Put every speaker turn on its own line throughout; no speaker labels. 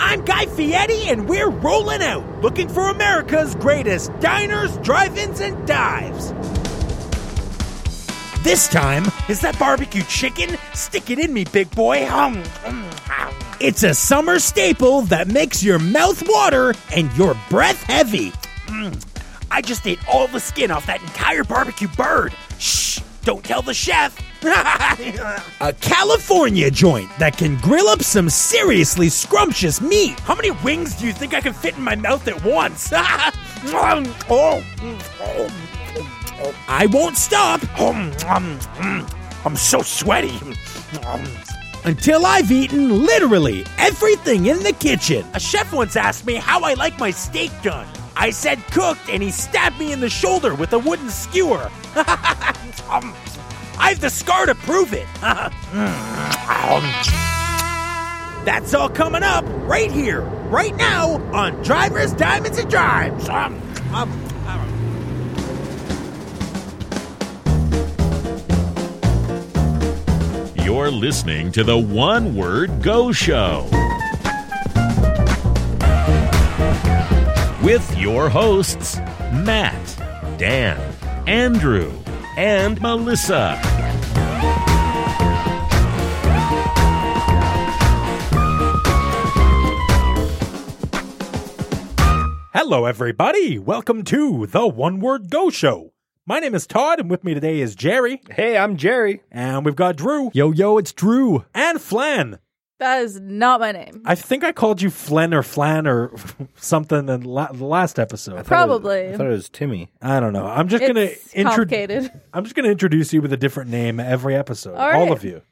I'm Guy Fieri, and we're rolling out, looking for America's greatest diners, drive ins, and dives. This time, is that barbecue chicken? Stick it in me, big boy. Hum, hum, hum. It's a summer staple that makes your mouth water and your breath heavy. Mm. I just ate all the skin off that entire barbecue bird. Shh, don't tell the chef. a California joint that can grill up some seriously scrumptious meat. How many wings do you think I can fit in my mouth at once? oh. I won't stop. I'm so sweaty. Until I've eaten literally everything in the kitchen. A chef once asked me how I like my steak done. I said cooked, and he stabbed me in the shoulder with a wooden skewer. Um, I've the scar to prove it. That's all coming up right here, right now on Drivers, Diamonds, and Drives. Um, um,
You're listening to the One Word Go Show with your hosts, Matt, Dan, Andrew, and Melissa.
Hello, everybody. Welcome to the One Word Go Show. My name is Todd, and with me today is Jerry.
Hey, I'm Jerry.
And we've got Drew
Yo, yo, it's Drew.
and Flan.
That is not my name.
I think I called you Flan or Flan or something in la- the last episode.
Probably.
I thought it was Timmy.
I don't know. I'm just gonna
it's
introduce.
complicated.
I'm just gonna introduce you with a different name every episode.
All
All
right.
of you.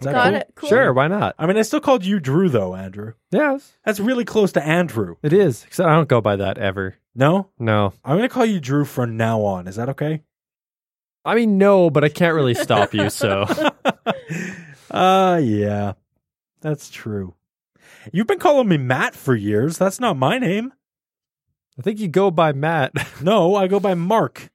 Is that
Got
cool?
it. Cool.
Sure, why not?
I mean, I still called you Drew though, Andrew.
Yes,
That's really close to Andrew.
it is. Except I don't go by that ever.
No,
No,
I'm gonna call you Drew from now on. Is that okay?
I mean no, but I can't really stop you. So
uh yeah, that's true. You've been calling me Matt for years. That's not my name.
I think you go by Matt.
No, I go by Mark.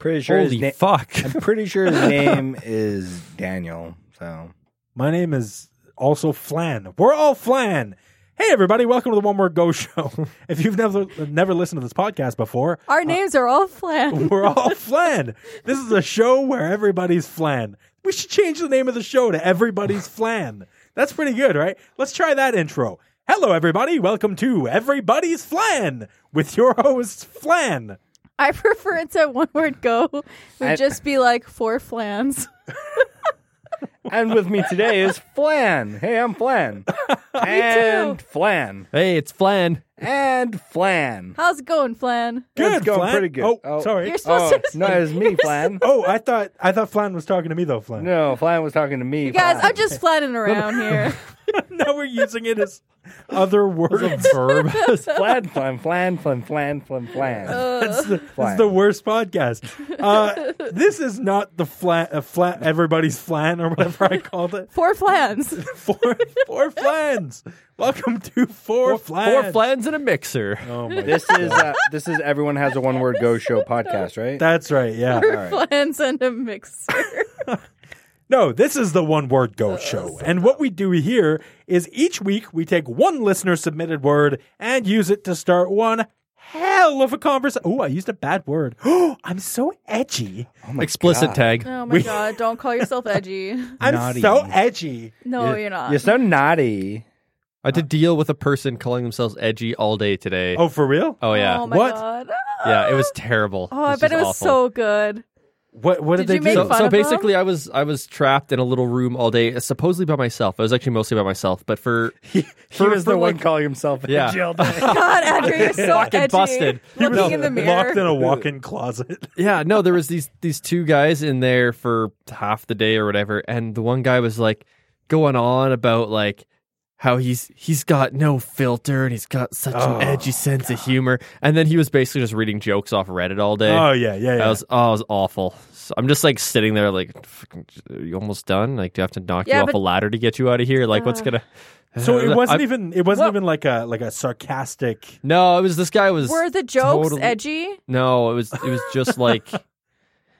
Pretty sure his
Holy
na-
fuck!
I'm pretty sure his name is Daniel. So
My name is also Flan. We're all Flan. Hey everybody, welcome to the One Word Go Show. if you've never never listened to this podcast before,
Our names are all flat.
we're all Flan. This is a show where everybody's Flan. We should change the name of the show to Everybody's Flan. That's pretty good, right? Let's try that intro. Hello everybody, welcome to Everybody's Flan with your host Flan.
I prefer it to one word go. It would
I-
just be like four flans.
and with me today is Flan. Hey, I'm Flan. and Flan.
hey, it's Flan.
And Flan.
How's it going, Flan?
Good,
That's going
Flan.
pretty good.
Oh,
Oh.
sorry.
You're supposed
Oh
to
no, it was me, Flan.
Oh, I thought I thought Flan was talking to me though, Flan.
No, Flan was talking to me.
guys,
Flan.
I'm just flatting around here.
now we're using it as other words.
Verb.
Flan, Flan, Flan, Flan, Flan, Flan,
Uh.
Flan.
That's the, that's
Flan.
the worst podcast. Uh, this is not the flat, uh, flat, everybody's flan or whatever I called it.
Four flans.
Four, four flans. Welcome to four, flans.
Four Flans in a mixer.
Oh my
This is uh, this is everyone has a one word go show podcast, right?
That's right. Yeah.
Four
right.
flans and a mixer.
No, this is the one word go show.
Uh,
And what we do here is each week we take one listener submitted word and use it to start one hell of a conversation. Oh, I used a bad word. Oh, I'm so edgy.
Oh
Explicit tag.
Oh my god, don't call yourself edgy.
I'm
Naughty.
so edgy.
No, you're not.
You're so naughty.
I had to deal with a person calling themselves edgy all day today.
Oh, for real?
Uh. Oh, yeah,
Oh my
What?
god.
yeah. It was terrible.
Oh, I bet it was so good.
What what did,
Did you
they
make
do?
So,
fun
so
of them?
basically, I was I was trapped in a little room all day, supposedly by myself. I was actually mostly by myself, but for
He was the one
like-
calling himself
Yeah.
edgy all day.
God, Andrew, you're so
Fucking
edgy.
busted. He
Looking
was
in the mirror.
locked in a walk-in closet.
yeah, no, there was these these two guys in there for half the day or whatever, and the one guy was like going on about like how he's he's got no filter and he's got such
Oh,
an edgy sense of humor, and then he was basically just reading jokes off Reddit all day.
Oh yeah, yeah, yeah.
I was oh, it was awful. So I'm just like sitting there, like, "Fucking- are you almost done? Like, do I have to knock
Yeah,
you off
but- Uh.
a ladder to get you out of here? Like, what's gonna?
so it wasn't e
I-
even it wasn't
Well-
even like a like a sarcastic.
No, it was this guy was
Were the jokes
totally-
edgy?
No, it was it was just like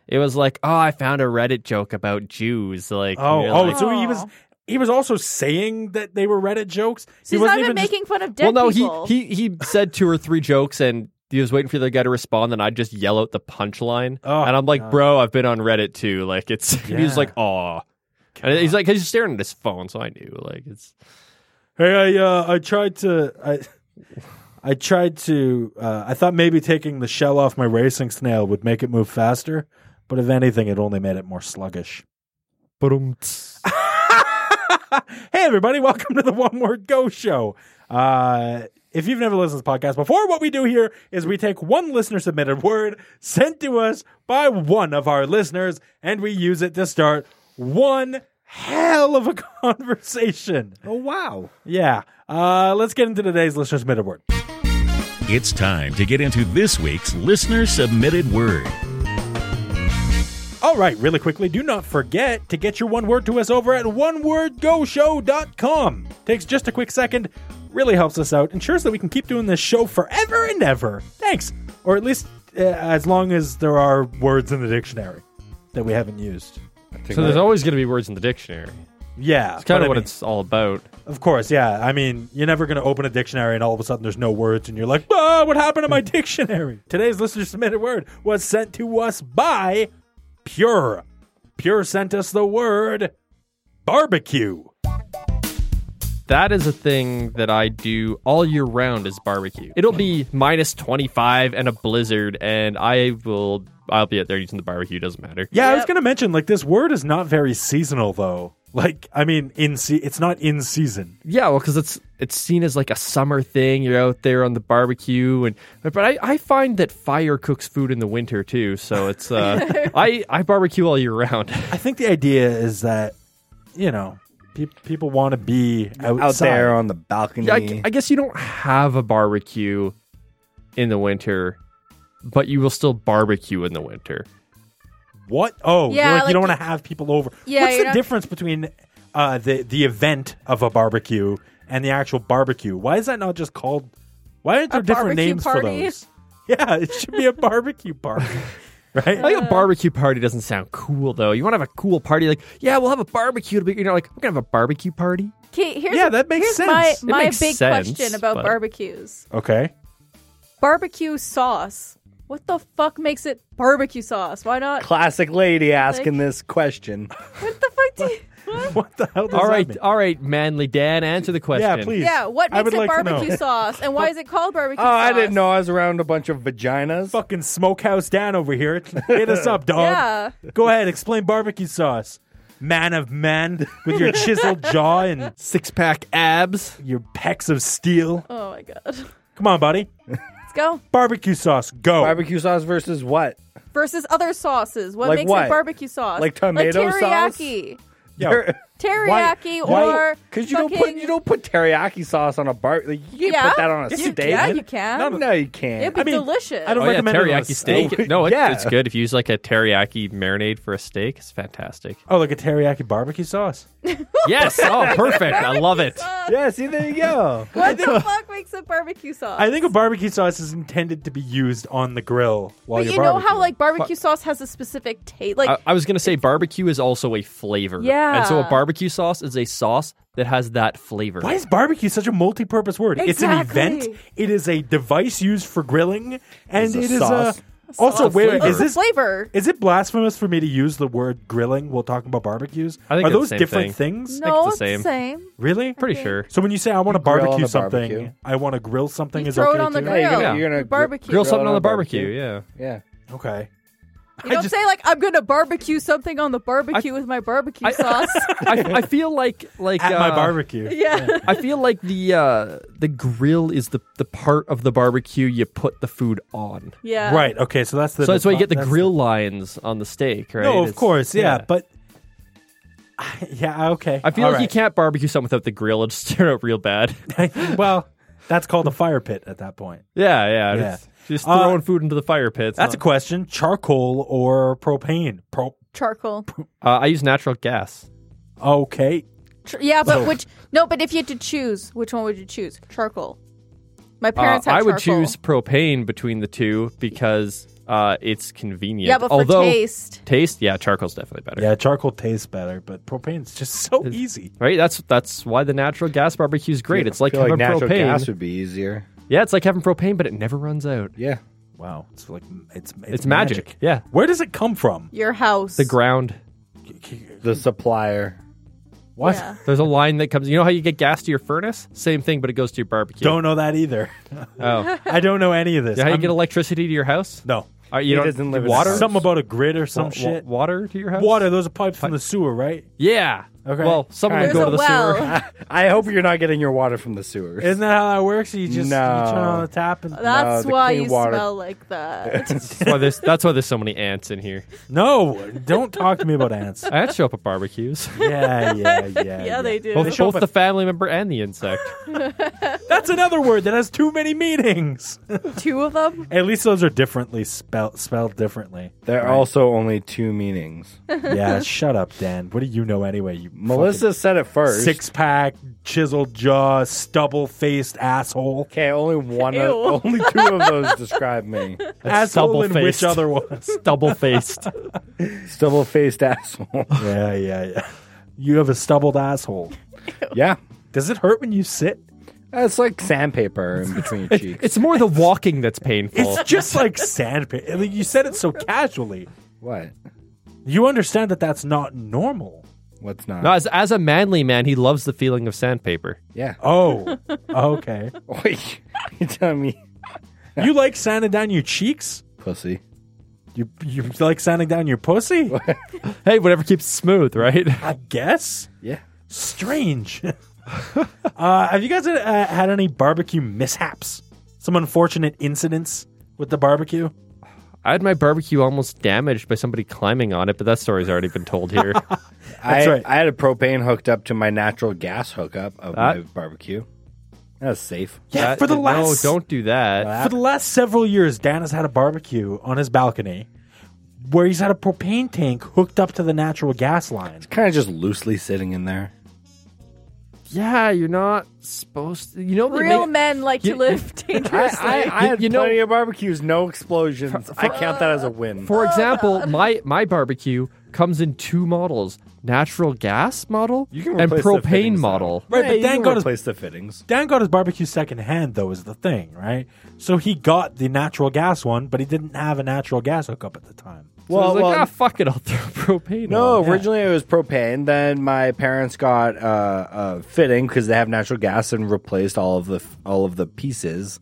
it was like, oh, I found a Reddit joke about Jews. Like,
Oh,
you're
oh,
like,
so he was.
Aw.
He was also saying that they were Reddit jokes. he
So he's
wasn't
not even
just-
making fun of dead
well, no,
people.
he he he said two or three jokes and. He was waiting for the guy to respond, and I'd just yell out the punchline.
Oh,
and I'm like,
God.
bro, I've been on Reddit too. Like, it's, he was
Yeah.
like, aw. And he's like, he's staring at his phone, so I knew. Like, it's,
Hey, I uh, I tried to I I tried to uh, I thought maybe taking the shell off my racing snail would make it move faster, but if anything, it only made it more sluggish. hey everybody, welcome to the One Word Go Show. Uh, if you've never listened to this podcast before, what we do here is we take one listener submitted word sent to us by one of our listeners, and we use it to start one hell of a conversation.
Oh wow.
Yeah. Uh, let's get into today's listener submitted word.
It's time to get into this week's listener submitted word.
All right, really quickly, do not forget to get your one word to us over at onewordgoshow.com. Takes just a quick second, really helps us out, ensures that we can keep doing this show forever and ever. Thanks. Or at least uh, as long as there are words in the dictionary that we haven't used.
so there's always going to be words in the dictionary.
Yeah.
It's kind
but
of
I
what
mean-
it's all about.
Of course, yeah. I mean, you're never going to open a dictionary and all of a sudden there's no words and you're like, ah, what happened to my dictionary? Today's listener submitted word was sent to us by Pure. Pure sent us the word barbecue.
That is a thing that I do all year round is barbecue. It'll be minus 25 and a blizzard and I will I'll be out there using the barbecue, doesn't matter.
Yeah, I was
Yep.
going to mention, like, this word is not very seasonal, though. Like, I mean, in se- it's not in season.
Yeah, well cuz it's it's seen as like a summer thing. You're out there on the barbecue and but I, I find that fire cooks food in the winter too, so it's uh I I barbecue all year round.
I think the idea is that, you know, pe- people want to be outside.
Out there on the balcony.
Yeah, I, gu- I guess you don't have a barbecue in the winter, but you will still barbecue in the winter.
What? Oh,
Yeah,
you're like, you
like
don't want to
you-
have people over.
Yeah,
What's
you
the
don't-
difference between uh, the the event of a barbecue and the actual barbecue? Why is that not just called? Why aren't there different
barbecue
names
party?
for those? Yeah, it should be a barbecue party, right?
I think a barbecue party doesn't sound cool though. You want to have a cool party, like yeah, we'll have a barbecue. But you're not like we're gonna have a barbecue party.
Okay, here's
Yeah, that makes
here's
sense.
My,
It
my
makes
big
sense,
question about
but-
barbecues:
okay,
barbecue sauce. What the fuck makes it barbecue sauce? Why not?
Classic lady asking this question.
What the fuck? Do you, what?
what the hell? Does
all
that
right,
mean?
all right, manly Dan, answer the question.
yeah, please.
Yeah, what
I
makes
would
it
like to know.
barbecue sauce, and why is it called barbecue?
Oh,
sauce?
I didn't know I was around a bunch of vaginas.
Fucking smokehouse Dan over here. Hit us up, dog.
Yeah.
Go ahead, explain barbecue sauce, man of man, with your chiseled jaw and
Six pack abs.
your pecs of steel.
Oh my god. Let's
Come on, buddy.
go.
Barbecue sauce, go.
Barbecue sauce versus what?
Versus other sauces. What
Like
makes
what?
it barbecue sauce?
Like tomato sauce?
teriyaki.
Yo.
Teriyaki or
because you don't put
fucking-
you don't put teriyaki sauce on a bar. Like, you can't
Yeah.
put that on a
Yes, you
steak.
can. Yeah, you can.
No, no, you
It'd
can't.
be
mean,
delicious.
I don't
Oh yeah,
recommend it Oh, on a
teriyaki steak.
steak.
No, it,
Yeah.
it's good if you use like a teriyaki marinade for a steak. It's fantastic.
Oh, like a teriyaki barbecue sauce.
yes. Oh, perfect. I love it.
yeah, see there you go.
What the fuck makes it barbecue sauce?
I think a barbecue sauce is intended to be used on the grill while
but
you're
you know how
barbecuing.
like barbecue sauce has a specific taste. Like
I, I was gonna say barbecue is also a flavor.
Yeah.
And so a barbecue sauce is a sauce that has that flavor.
why is barbecue such a multi-purpose word? It's an event.
Exactly.
It is a device used for grilling, and
It's a
it is
sauce.
a. Also,
Sauce.
wait,
Flavor.
is this
flavor?
is it blasphemous for me to use the word grilling while talking about barbecues?
I think
Are
they're the
those
same
different
thing.
things?
no,
it's the
it's the same.
Really?
Pretty sure.
So when you say I want to
grill on
barbecue
the
something,
barbecue.
I want to grill something
You
is
throw
okay
it on the
too?
grill.
you're gonna-
Yeah.
you're gonna
You barbecue.
Grill
Throw it
something
on
on
a
the barbecue.
barbecue.
Yeah.
Yeah.
Okay.
You don't
just-
say like I'm gonna barbecue something on the barbecue with my barbecue
I-
sauce.
I, I feel like like
At my
uh,
barbecue.
yeah.
I feel like the uh, the grill is the, the part of the barbecue you put the food on.
Yeah.
Right. Okay. So that's the.
So that's why you get the
that's
grill lines on the steak, right?
No, of
It's-
course, yeah, but yeah, okay.
I feel
All
like you
right.
can't barbecue something without the grill; it'll just turn out real bad.
well, that's called a fire pit at that point.
yeah, yeah,
Yeah.
it's just
Uh,
throwing food into the fire pits.
That's a question: charcoal or propane? Pro-
Charcoal.
uh, I use natural gas.
okay,
Tr- yeah, but
Oh.
which? No, but if you had to choose, which one would you choose? Charcoal. My
Uh,
parents had
I would
charcoal.
choose propane between the two because Uh, it's convenient.
Yeah, but for
Although,
taste,
taste, yeah, charcoal's definitely better.
Yeah, charcoal tastes better, but propane's just so easy.
Right, that's that's why the natural gas barbecue is great. It's like
I feel
having
like natural
propane.
gas would be easier.
Yeah, it's like having propane, but it never runs out.
Yeah.
Wow, it's like it's it's,
It's magic. Yeah,
Where does it come from?
your house.
the ground.
The supplier.
What?
Yeah.
There's a line that comes. You know how you get gas to your furnace? Same thing, but it goes to your barbecue.
Don't know that either.
Oh,
I don't know any of this.
yeah, how you
I'm-
get electricity to your house?
no
Uh, you
He
don't-
doesn't live in a
water.
house.
something about a grid or some
wa- wa-
shit.
water to your house.
Water. Those are pipes from the sewer, right?
Yeah.
Okay.
Well, someone
There's
would go to
a
the
well.
sewer.
I hope you're not getting your water from the sewers.
Isn't that how that works? You just
No.
you turn on the tap and
That's
the
why
clean
you
water.
smell like that.
That's why, there's, that's why there's so many ants in here.
no. Don't talk to me about ants.
Ants show up at barbecues.
Yeah, yeah, yeah.
yeah, they do.
Both,
show up
both the family member and the insect.
That's another word that has too many meanings.
Two of them.
At least those are differently spelled spelled differently.
There are also only two meanings.
Yeah, shut up, Dan. What do you know anyway? You
Melissa said it first.
six pack, chiseled jaw, stubble faced asshole.
Okay, only one.
Ew.
Of, only two of those describe me.
asshole and
stubble-faced.
which other ones?
Double faced.
Stubble faced asshole.
yeah, yeah, yeah. You have a stubbled asshole.
yeah.
Does it hurt when you sit?
It's like sandpaper in between your cheeks.
It's more the walking that's painful.
It's just like sandpaper. Like, You said it so casually.
What?
You understand that that's not normal.
What's not?
No, as, as a manly man, he loves the feeling of sandpaper.
yeah.
Oh, okay.
Wait. You telling me,
You like sanding down your cheeks?
pussy?
You you like sanding down your pussy?
Hey, whatever keeps it smooth, right?
I guess.
Yeah.
Strange. uh, have you guys uh, had any barbecue mishaps? Some unfortunate incidents with the barbecue?
I had my barbecue almost damaged by somebody climbing on it, but that story's already been told here.
I,
right.
I had a propane hooked up to my natural gas hookup of my barbecue. That's safe.
Yeah,
That-
for the
no,
last
don't do that.
for the last several years, Dan has had a barbecue on his balcony where he's had a propane tank hooked up to the natural gas line.
Kind of just loosely sitting in there.
Yeah, you're not supposed to. You know, they
Real
make-
men like
you-
to live dangerously.
I, I, I
You-
had
you know-
plenty of barbecues, no explosions. I count that as a win.
For example, my my barbecue comes in two models: natural gas model
You can
and
replace the
propane
fittings, though.
model.
Right,
Yeah,
but
you
Dan
can
got his
replace the fittings.
Dan got his barbecue secondhand, though, is the thing, right? So he got the natural gas one, but he didn't have a natural gas hookup at the time.
So I was like, ah, fuck it, I'll throw propane.
No,
on.
originally it was propane. Then my parents got uh, a fitting because they have natural gas and replaced all of the all of the pieces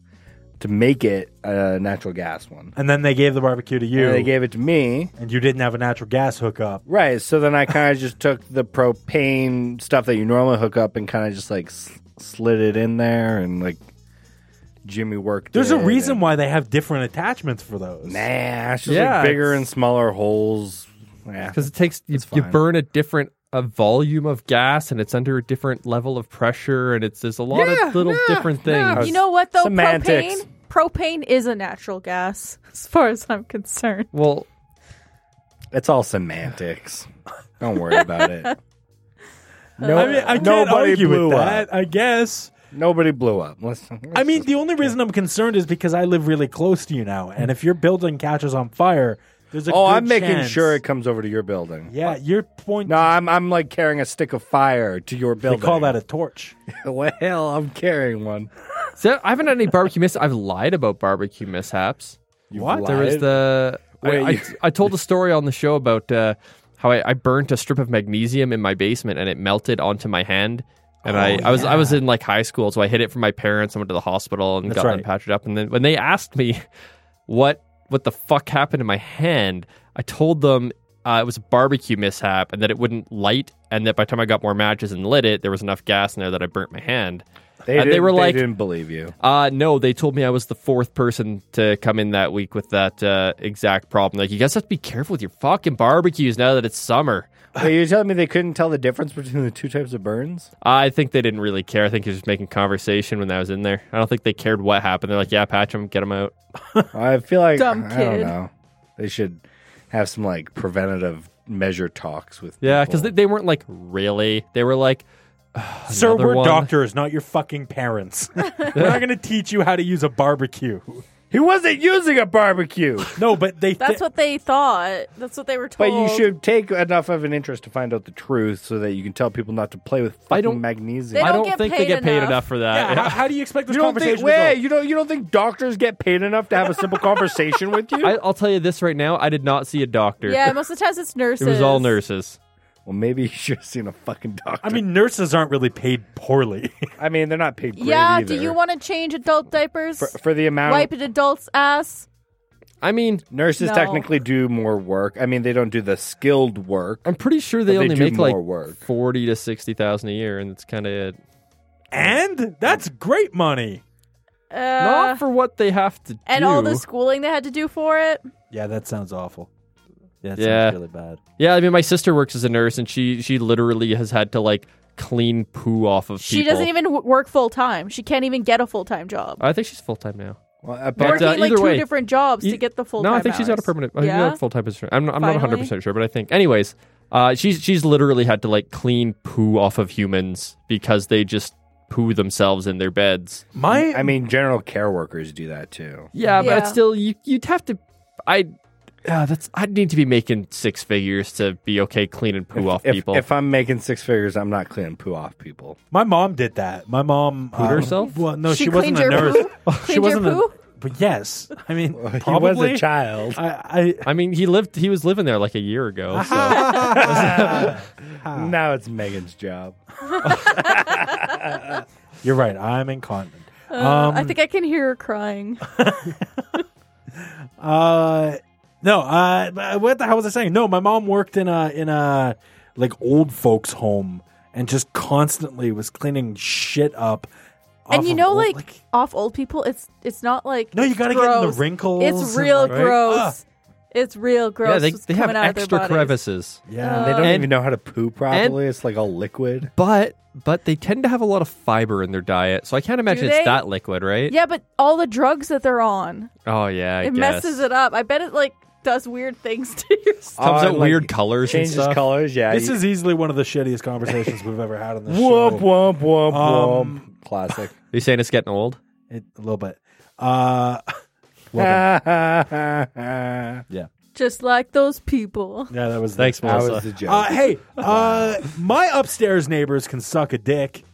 to make it a natural gas one.
And then they gave the barbecue to you,
And
and,
they gave it to me.
you didn't have a natural gas hookup.
Right. So then I kind of just took the propane stuff that you normally hook up and kind of just like sl- slid it in there and like Jimmy worked.
There's a
it
reason
and-
why they have different attachments for those.
Nah, it's just
Yeah,
like bigger
it's-
and smaller holes. Yeah.
because it takes you, you
fine.
burn a different a volume of gas, and it's under a different level of pressure, and it's there's a lot of little different things.
you know what though?
Semantics.
Propane. Propane is a natural gas, as far as I'm concerned.
well,
It's all semantics. Don't worry about it. No,
I mean, I can't
nobody
argue
blew
with
up.
that. I guess.
Nobody blew up. Let's,
I mean, the only reason I'm concerned is because I live really close to you now, and if your building catches on fire, there's a
oh,
good
I'm making
chance-
sure it comes over to your building.
Yeah, your point.
No, I'm I'm like carrying a stick of fire to your
they
building.
call that a torch.
a well. I'm carrying one.
so I haven't had any barbecue mishaps. I've lied about barbecue mishaps.
What?
There was the I-
Wait,
I,
you-
I told a story on the show about uh, how I, I burnt a strip of magnesium in my basement and it melted onto my hand. And I,
Oh,
I was I was in like high school, so I hid it from my parents and went to the hospital and got them
right.
patched up. And then when they asked me what what the fuck happened to my hand, I told them uh, it was a barbecue mishap and that it wouldn't light, and that by the time I got more matches and lit it, there was enough gas in there that I burnt my hand.
They,
and they
didn't-
were like,
didn't believe you.
uh, no, they told me I was the fourth person to come in that week with that uh, exact problem. Like, you guys have to be careful with your fucking barbecues now that it's summer.
Wait, you're telling me they couldn't tell the difference between the two types of burns?
I think they didn't really care. I think he was just making conversation when I was in there. I don't think they cared what happened. They're like, yeah, patch him, get him out.
I feel like
Dumb
I don't
kid.
know. They should have some like preventative measure talks with.
Yeah, because
people.
they, they weren't like, really? They were like,
Sir,
Another
we're
one.
doctors, not your fucking parents. we're not going to teach you how to use a barbecue.
He wasn't using a barbecue.
No, but they.
That's what they thought. That's what they were
But
told.
you should take enough of an interest to find out the truth so that you can tell people not to play with fucking
I don't-
magnesium.
They
I
don't
don't
get
think they
paid
get paid
enough.
enough for that.
Yeah, how, how do you expect this
you don't
conversation
think
to go?
wait, you don't you don't think doctors get paid enough to have a simple conversation with you?
I, I'll tell you this right now. I did not see a doctor.
Yeah, most of the times it's
it
nurses.
was all nurses.
well, maybe you should have seen a fucking doctor.
I mean, nurses aren't really paid poorly.
I mean, they're not paid. Great
Yeah,
either.
do you want to change adult diapers?
for, for the amount
Wipe an adult's ass?
I mean,
nurses
No.
technically do more work? I mean, they don't do the skilled work.
I'm pretty sure they
But they
only
do
make like
more work.
forty to sixty thousand a year, and that's kind of it.
and that's great money.
Uh,
not for what they have to
and
do.
all the schooling they had to do for it?
Yeah, that sounds awful. Yeah, that
Yeah.
really bad.
Yeah, I mean, my sister works as a nurse, and she she literally has had to like clean poo off of.
She
people.
doesn't even w- work full time. She can't even get a full time job.
I think she's full time now.
Well, uh,
But,
but
Working
uh,
like
either
two
way,
different jobs
E-
to get the full time.
No, I think she's
hours.
got a permanent. I
Yeah?
think full time position. I'm not. I'm not 100
Finally?
percent sure, but I think. Anyways, uh, she's she's literally had to like clean poo off of humans because they just poo themselves in their beds.
My
I mean, general care workers do that too.
Yeah,
Yeah.
but still, you you'd have to. I. Uh, that's I'd need to be making six figures to be okay cleaning poo off
If,
people.
if I'm making six figures, I'm not cleaning poo off people.
my mom did that. My mom uh,
Pooed herself?
Well, no, she,
She
wasn't
cleaned
a
your
nurse.
poo?
she
Cleaned your
wasn't
poo?
a. But yes, I mean,
He was
probably.
a child.
I,
I mean, he lived. He was living there like a year ago. So.
Now it's Megan's job.
I, you're right. I'm incontinent.
Uh,
um,
I think I can hear her crying.
Uh, no. Uh, but what the hell was I saying? No, my mom worked in a in a like old folks home and just constantly was cleaning shit up. off
and you
of
know,
old-
like, off old people, it's it's not like
no, you got to get in the
gross.
wrinkles.
It's
and,
real
like- Ah. Ugh.
gross. It's real gross.
yeah, they,
what's
they have
coming out of their
extra
bodies.
crevices.
yeah,
they don't
and-
even know how to poo properly. it's like all liquid.
But but they tend to have a lot of fiber in their diet, so I can't imagine it's
they?
that liquid, right?
Yeah, but all the drugs that they're on,
Oh yeah, I
it
guess.
messes it up. I bet it like does weird things to your stomach.
Comes out
Oh, and,
weird
like,
colors and
Changes
stuff.
colors. Yeah.
this
you-
is easily one of the shittiest conversations we've ever had on this
womp
show.
womp womp
Um,
womp. Classic.
you saying it's getting old?
It, a little bit. Uh, welcome.
that
yeah,
Just like those people.
yeah, that was
Thanks, Melissa.
was the joke.
Uh, hey, uh, my upstairs neighbors can suck a dick.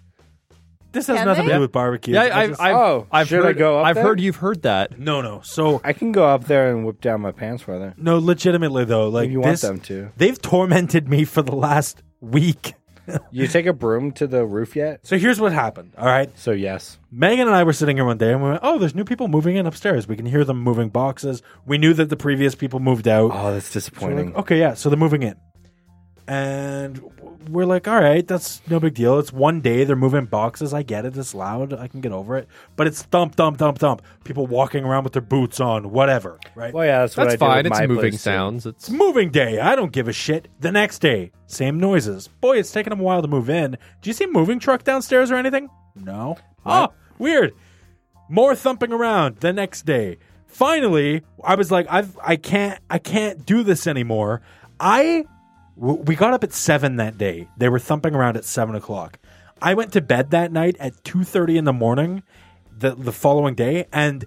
This has
Can
nothing
they?
to do with barbecue.
Yeah, I, I've,
Oh,
I've
should I
heard,
go up
I've
there?
heard you've heard that.
no, no. So
I can go up there and whip down my pants for them.
no, legitimately though, like
If you want
this-
them to.
They've tormented me for the last week.
You take a broom to the roof yet?
So here's what happened. All right,
So yes.
Megan and I were sitting here one day, and we went, "Oh, there's new people moving in upstairs. We can hear them moving boxes. We knew that the previous people moved out.
Oh, that's
So we're
disappointing.
like, okay, yeah. So they're moving in, and w- we're like, all right, that's no big deal. It's one day. They're moving boxes. I get it. It's loud. I can get over it. But it's thump, thump, thump, thump. People walking around with their boots on, whatever. Right.
Well, yeah, that's what
That's
I do
fine.
with
It's
my
moving
place, too.
sounds. It's
Moving day. I don't give a shit. The next day, same noises. Boy, it's taken them a while to move in. Do you see a moving truck downstairs or anything? No. Oh, weird. More thumping around the next day. Finally, I was like, I've, I can't, I can't do this anymore. I, w- we got up at seven that day. They were thumping around at seven o'clock. I went to bed that night at two thirty in the morning, the the following day, and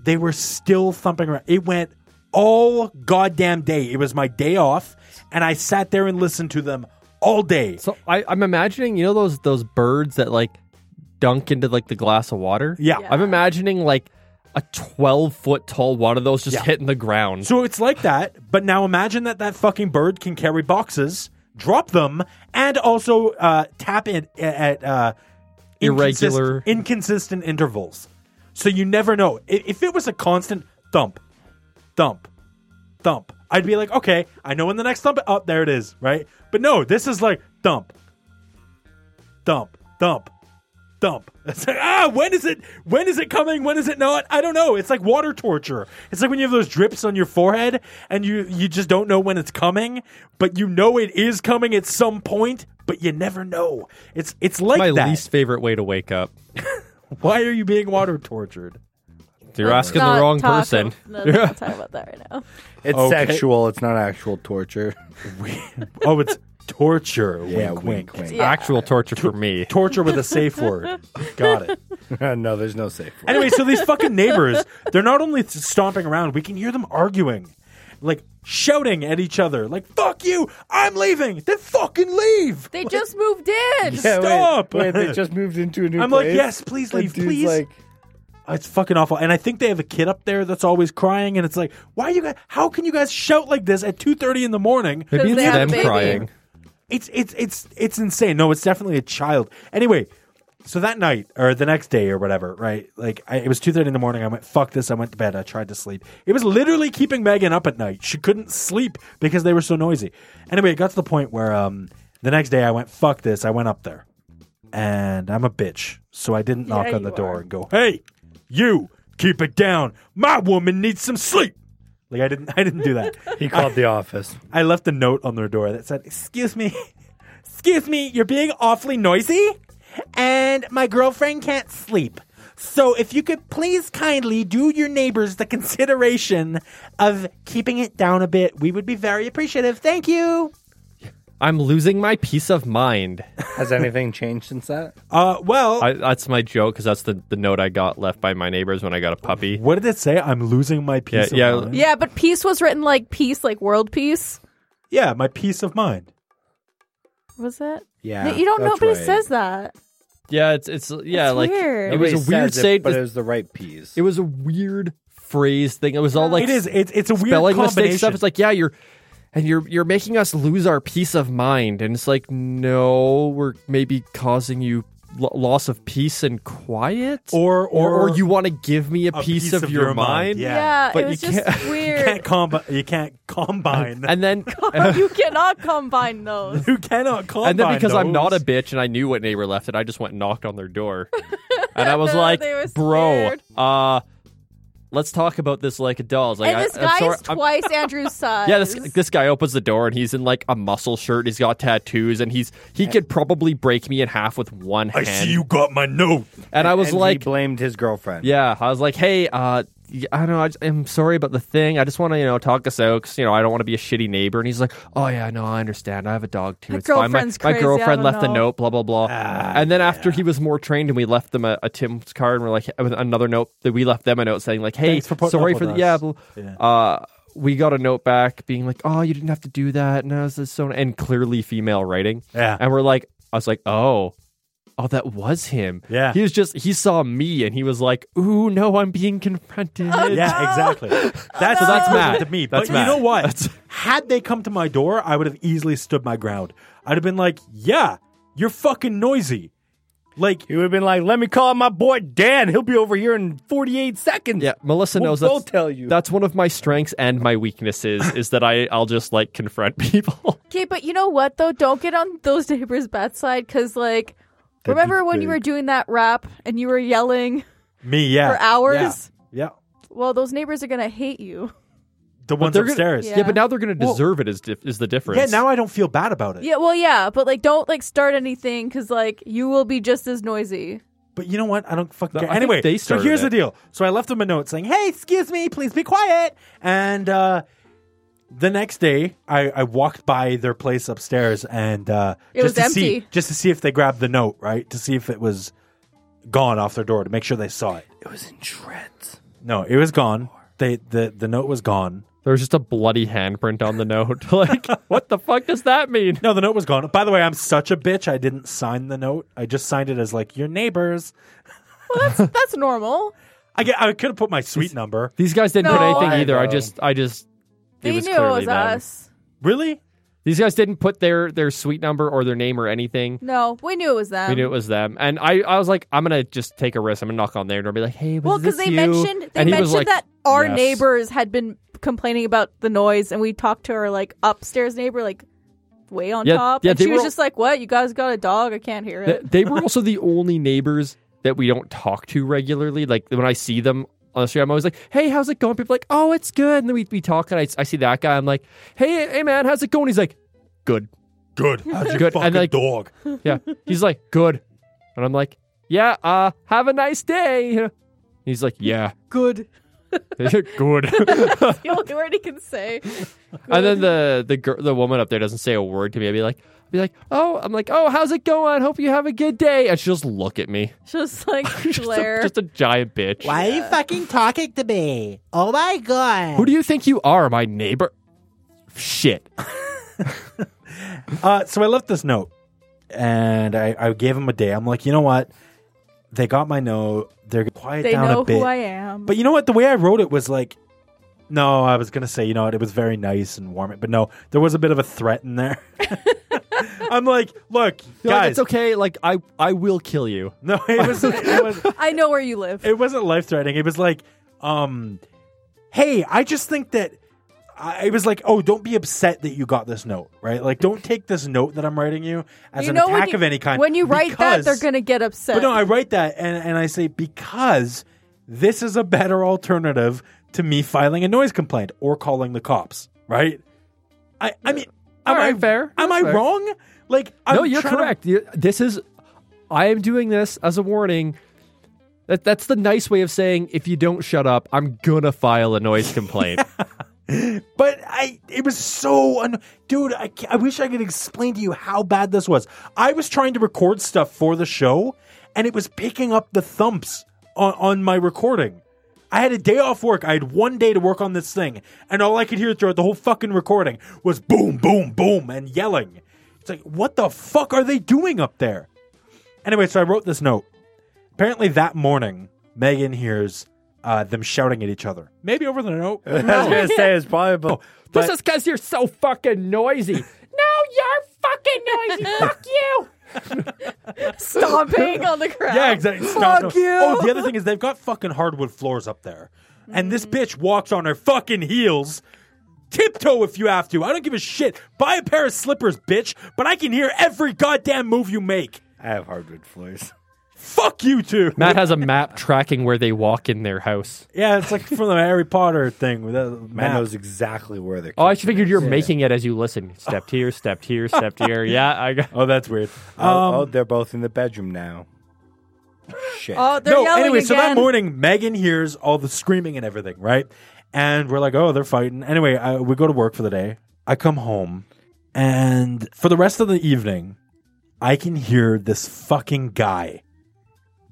they were still thumping around. It went all goddamn day. It was my day off, and I sat there and listened to them all day.
so I, I'm imagining you know those those birds that like dunk into like the glass of water.
Yeah.
I'm imagining like a 12 foot tall one of those just hitting the ground.
So it's like that, but now imagine that that fucking bird can carry boxes, drop them, and also uh, tap in at uh, inconsist-
Irregular.
inconsistent intervals. So you never know. I- If it was a constant thump, thump, thump, I'd be like, okay, I know when the next thump. Oh, there it is, right? But no, this is like thump, thump, thump, thump. It's like, ah, when is it? When is it coming? When is it not? I don't know. It's like water torture. It's like when you have those drips on your forehead and you you just don't know when it's coming, but you know it is coming at some point, but you never know. It's it's like
My
that.
least favorite way to wake up.
Why are you being water tortured?
You're
Let's
asking the
not
wrong
talk-
person.
Let's not talk about that right now.
It's
Okay.
sexual. It's not actual torture.
oh, it's torture. wink,
Yeah, wink,
wink.
wink.
Yeah.
Actual torture for me.
Torture with a safe word. Got it.
no, there's no safe word.
Anyway, so these fucking neighbors, they're not only stomping around, we can hear them arguing, like shouting at each other, like, fuck you, I'm leaving, then fucking leave.
They just moved in.
Yeah, wait,
Stop!
Wait, they just moved into a new
I'm like,
place.
yes, please
The
leave,
dude's
please.
Like,
Uh, It's fucking awful. And I think they have a kid up there that's always crying, and it's like, why you guys, how can you guys shout like this at 2.30 in the morning?
Maybe it's
they have a
them
baby.
crying.
It's it's it's it's insane. No, it's definitely a child. Anyway, so that night or the next day or whatever, right? Like I, it was two thirty in the morning. I went fuck this. I went to bed. I tried to sleep. It was literally keeping Megan up at night. She couldn't sleep because they were so noisy. Anyway, it got to the point where um the next day I went fuck this. I went up there, and I'm a bitch, so I didn't knock
Yeah,
on the
you
door
are.
and go, hey, you keep it down. My woman needs some sleep. Like I didn't I didn't do that.
he called the office.
I left a note on their door that said, "Excuse me, excuse me, you're being awfully noisy, and my girlfriend can't sleep. So if you could please kindly do your neighbors the consideration of keeping it down a bit, we would be very appreciative. Thank you."
I'm losing my peace of mind.
Has anything changed since that?
Uh, well,
I, that's my joke because that's the, the note I got left by my neighbors when I got a puppy.
what did it say? I'm losing my peace
Yeah,
of
yeah.
mind.
Yeah, but peace was written like peace, like world peace.
Yeah, my peace of mind.
Was it?
Yeah,
You don't.
that's
Nobody
right.
says that.
Yeah, it's it's yeah,
That's
like
weird.
it was a
Nobody
weird
says it,
say,
but it was the right piece.
it was a weird phrase thing. It was all like
it is. It's it's a weird
spelling
combination.
mistake stuff. It's like, yeah, you're and you're you're making us lose our peace of mind, and it's like, no, we're maybe causing you lo- loss of peace and quiet,
Or-
or,
or
you want to give me a,
a
piece, of, your, mind.
Yeah.
Yeah,
But
it was
you
just
can't-
You
weird.
can't combi- You can't combine.
And then,
you cannot combine those.
you cannot combine.
and then because I'm not a
those.
bitch and I knew what neighbor left it, I just went and knocked on their door, and I was
No,
like,
they were
bro,
scared."
uh, let's talk about this like adults. Like,
and
I,
this
I'm
guy
sorry-
is
I'm-
twice Andrew's size.
Yeah, this this guy opens the door and he's in like a muscle shirt. He's got tattoos and he's he could probably break me in half with one hand.
got my note.
And I was
and he
like,
blamed his girlfriend.
yeah, I was like, hey, uh, y- I don't know, I just, I'm sorry about the thing. I just want to you know talk us out 'cause, you know I don't want to be a shitty neighbor. And he's like, oh yeah, no, I understand. I have a dog too.
My
it's fine. My,
girlfriend's
my
crazy, I
girlfriend
don't
left a
know."
note, blah blah blah.
Ah,
and then after he was more trained and we left them a, a Tim's card and we're like with another note that we left them a note saying like, hey,
Thanks for putting
sorry
up
for
with
the yeah.
us.
blah-
Yeah.
uh, we got a note back being like, "Oh, you didn't have to do that." No, this is so and clearly female writing.
Yeah.
and we're like, I was like, "Oh, oh, that was him."
Yeah.
he was just he saw me and he was like, "Ooh, no, I'm being confronted."
Uh,
Yeah, exactly. That's
So that's
that's mad
Matt.
to me.
That's
but
Matt.
you know what?
That's-
Had they come to my door, I would have easily stood my ground. I'd have been like, "Yeah, you're fucking noisy." Like,
He would have been like, "Let me call my boy Dan. He'll be over here in 48 seconds."
Yeah, Melissa
We'll
knows that's,
both tell you.
that's one of my strengths and my weaknesses is that I I'll just like confront people.
Okay, but you know what though? Don't get on those neighbors' bad side because, like, remember when you were doing that rap and you were yelling
me, yeah.
for hours?
Yeah. yeah.
Well, those neighbors are gonna hate you.
The ones
they're gonna-
upstairs.
Yeah.
yeah. but now they're gonna deserve it is dif- is the difference.
yeah, now I don't feel bad about it.
Yeah, well, yeah, but like, don't like start anything because like you will be just as noisy.
But you know what? I don't fucking
No,
care.
I think
Anyway,
they
so
started
here's the
it.
deal. So I left them a note saying, "Hey, excuse me, please be quiet." And uh, the next day, I, I walked by their place upstairs and uh,
It
just
was
to see,
empty.
just to see if they grabbed the note, right? To see if it was gone off their door to make sure they saw it.
It was in shreds.
No, it was gone. They the the note was gone.
there was just a bloody handprint on the note. like, what the fuck does that mean?
No, the note was gone. By the way, I'm such a bitch. I didn't sign the note. I just signed it as like your neighbors.
That's normal.
I get, I could have put my suite number.
These guys didn't put
No.
anything either. I
Why,
just, I just.
They
it was
knew it
clearly
was
them.
us.
Really?
These guys didn't put their their suite number or their name or anything.
No, we knew it was them.
we knew it was them, and I, I was like, I'm gonna just take a risk. I'm gonna knock on there and I'll be like, Hey, was
Well,
because
because they mentioned they
and he
mentioned
was like,
that our
"Yes."
neighbors had been complaining about the noise, and we talked to our like upstairs neighbor, like way on
Yeah,
top,
yeah,
and
they
she was
were-
just like, "What? You guys got a dog? I can't hear
Th-
it."
they were also the only neighbors that we don't talk to regularly. Like when I see them on the street, I'm always like, "Hey, how's it going?" People are like, "Oh, it's good." And then we we talk, and I, I see that guy. I'm like, "Hey, hey, man, how's it going?" He's like, "Good."
Good. How's your
Good.
fucking
And, like-
dog?
Yeah. He's like, good. And I'm like, yeah, uh, have a nice day. He's like, yeah,
Good.
good.
The only word he can say.
and then the the girl, the woman up there doesn't say a word to me. I'd be like, I'd be like, "Oh," I'm like, "Oh, how's it going? Hope you have a good day." And she'll just look at me,
Just like
just, a,
glare.
just a giant bitch.
Why are you fucking talking to me? Oh my god.
Who do you think you are, my neighbor? Shit.
Uh, so I left this note and I, I gave him a day. I'm like, you know what? They got my note. They're gonna quiet
they
down
know
a bit.
who I am.
But you know what? The way I wrote it was like, no, I was gonna say, you know what? It was very nice and warm. But no, there was a bit of a threat in there. I'm like, look,
You're like,
guys.
it's okay. Like I, I will kill you.
No, it was. It was
I know where you live.
it wasn't life threatening. It was like, um, hey, I just think that I it was like, oh, don't be upset that you got this note, right? Like, don't take this note that I'm writing you as
you
an
know
attack
when you,
of any kind.
When you write that, they're
because-
gonna get upset.
But no, I write that and and I say because this is a better alternative to me filing a noise complaint or calling the cops, right? I I mean, am
All right,
I
fair.
Am
That's
I
fair.
wrong? Like, I'm
no, you're
trying to-
correct. You- this is, I am doing this as a warning. That that's the nice way of saying if you don't shut up, I'm gonna file a noise complaint.
But I, it was so, un- dude. I, ca- I wish I could explain to you how bad this was. I was trying to record stuff for the show, and it was picking up the thumps on, on my recording. I had a day off work. I had one day to work on this thing, and all I could hear throughout the whole fucking recording was boom, boom, boom, and yelling. It's like, what the fuck are they doing up there? Anyway, so I wrote this note. Apparently, that morning, Megan hears uh, them shouting at each other. Maybe over the note. who
I
knows?
was gonna say it's probably. About,
this is because you're so fucking noisy. no, you're fucking noisy. Fuck you.
stomping on the crowd.
Yeah, exactly. Stop. Fuck you. Oh, the other thing is they've got fucking hardwood floors up there. And this bitch walks on her fucking heels. Tiptoe if you have to. I don't give a shit. Buy a pair of slippers, bitch, but I can hear every goddamn move you make.
I have hardwood floors.
Fuck you too.
Matt has a map tracking where they walk in their house.
Yeah, it's like from the Harry Potter thing with that
Matt
map.
knows exactly where they're.
Oh, I just figured you're making it as you listen. Stepped here, stepped here, stepped here. Yeah, I got.
Oh, that's weird.
Oh,
Um,
oh, they're both in the bedroom now. Shit.
Oh, they're
no,
yelling
anyway,
again.
so that morning, Megan hears all the screaming and everything, right? And we're like, oh, they're fighting. Anyway, I, we go to work for the day. I come home, and for the rest of the evening, I can hear this fucking guy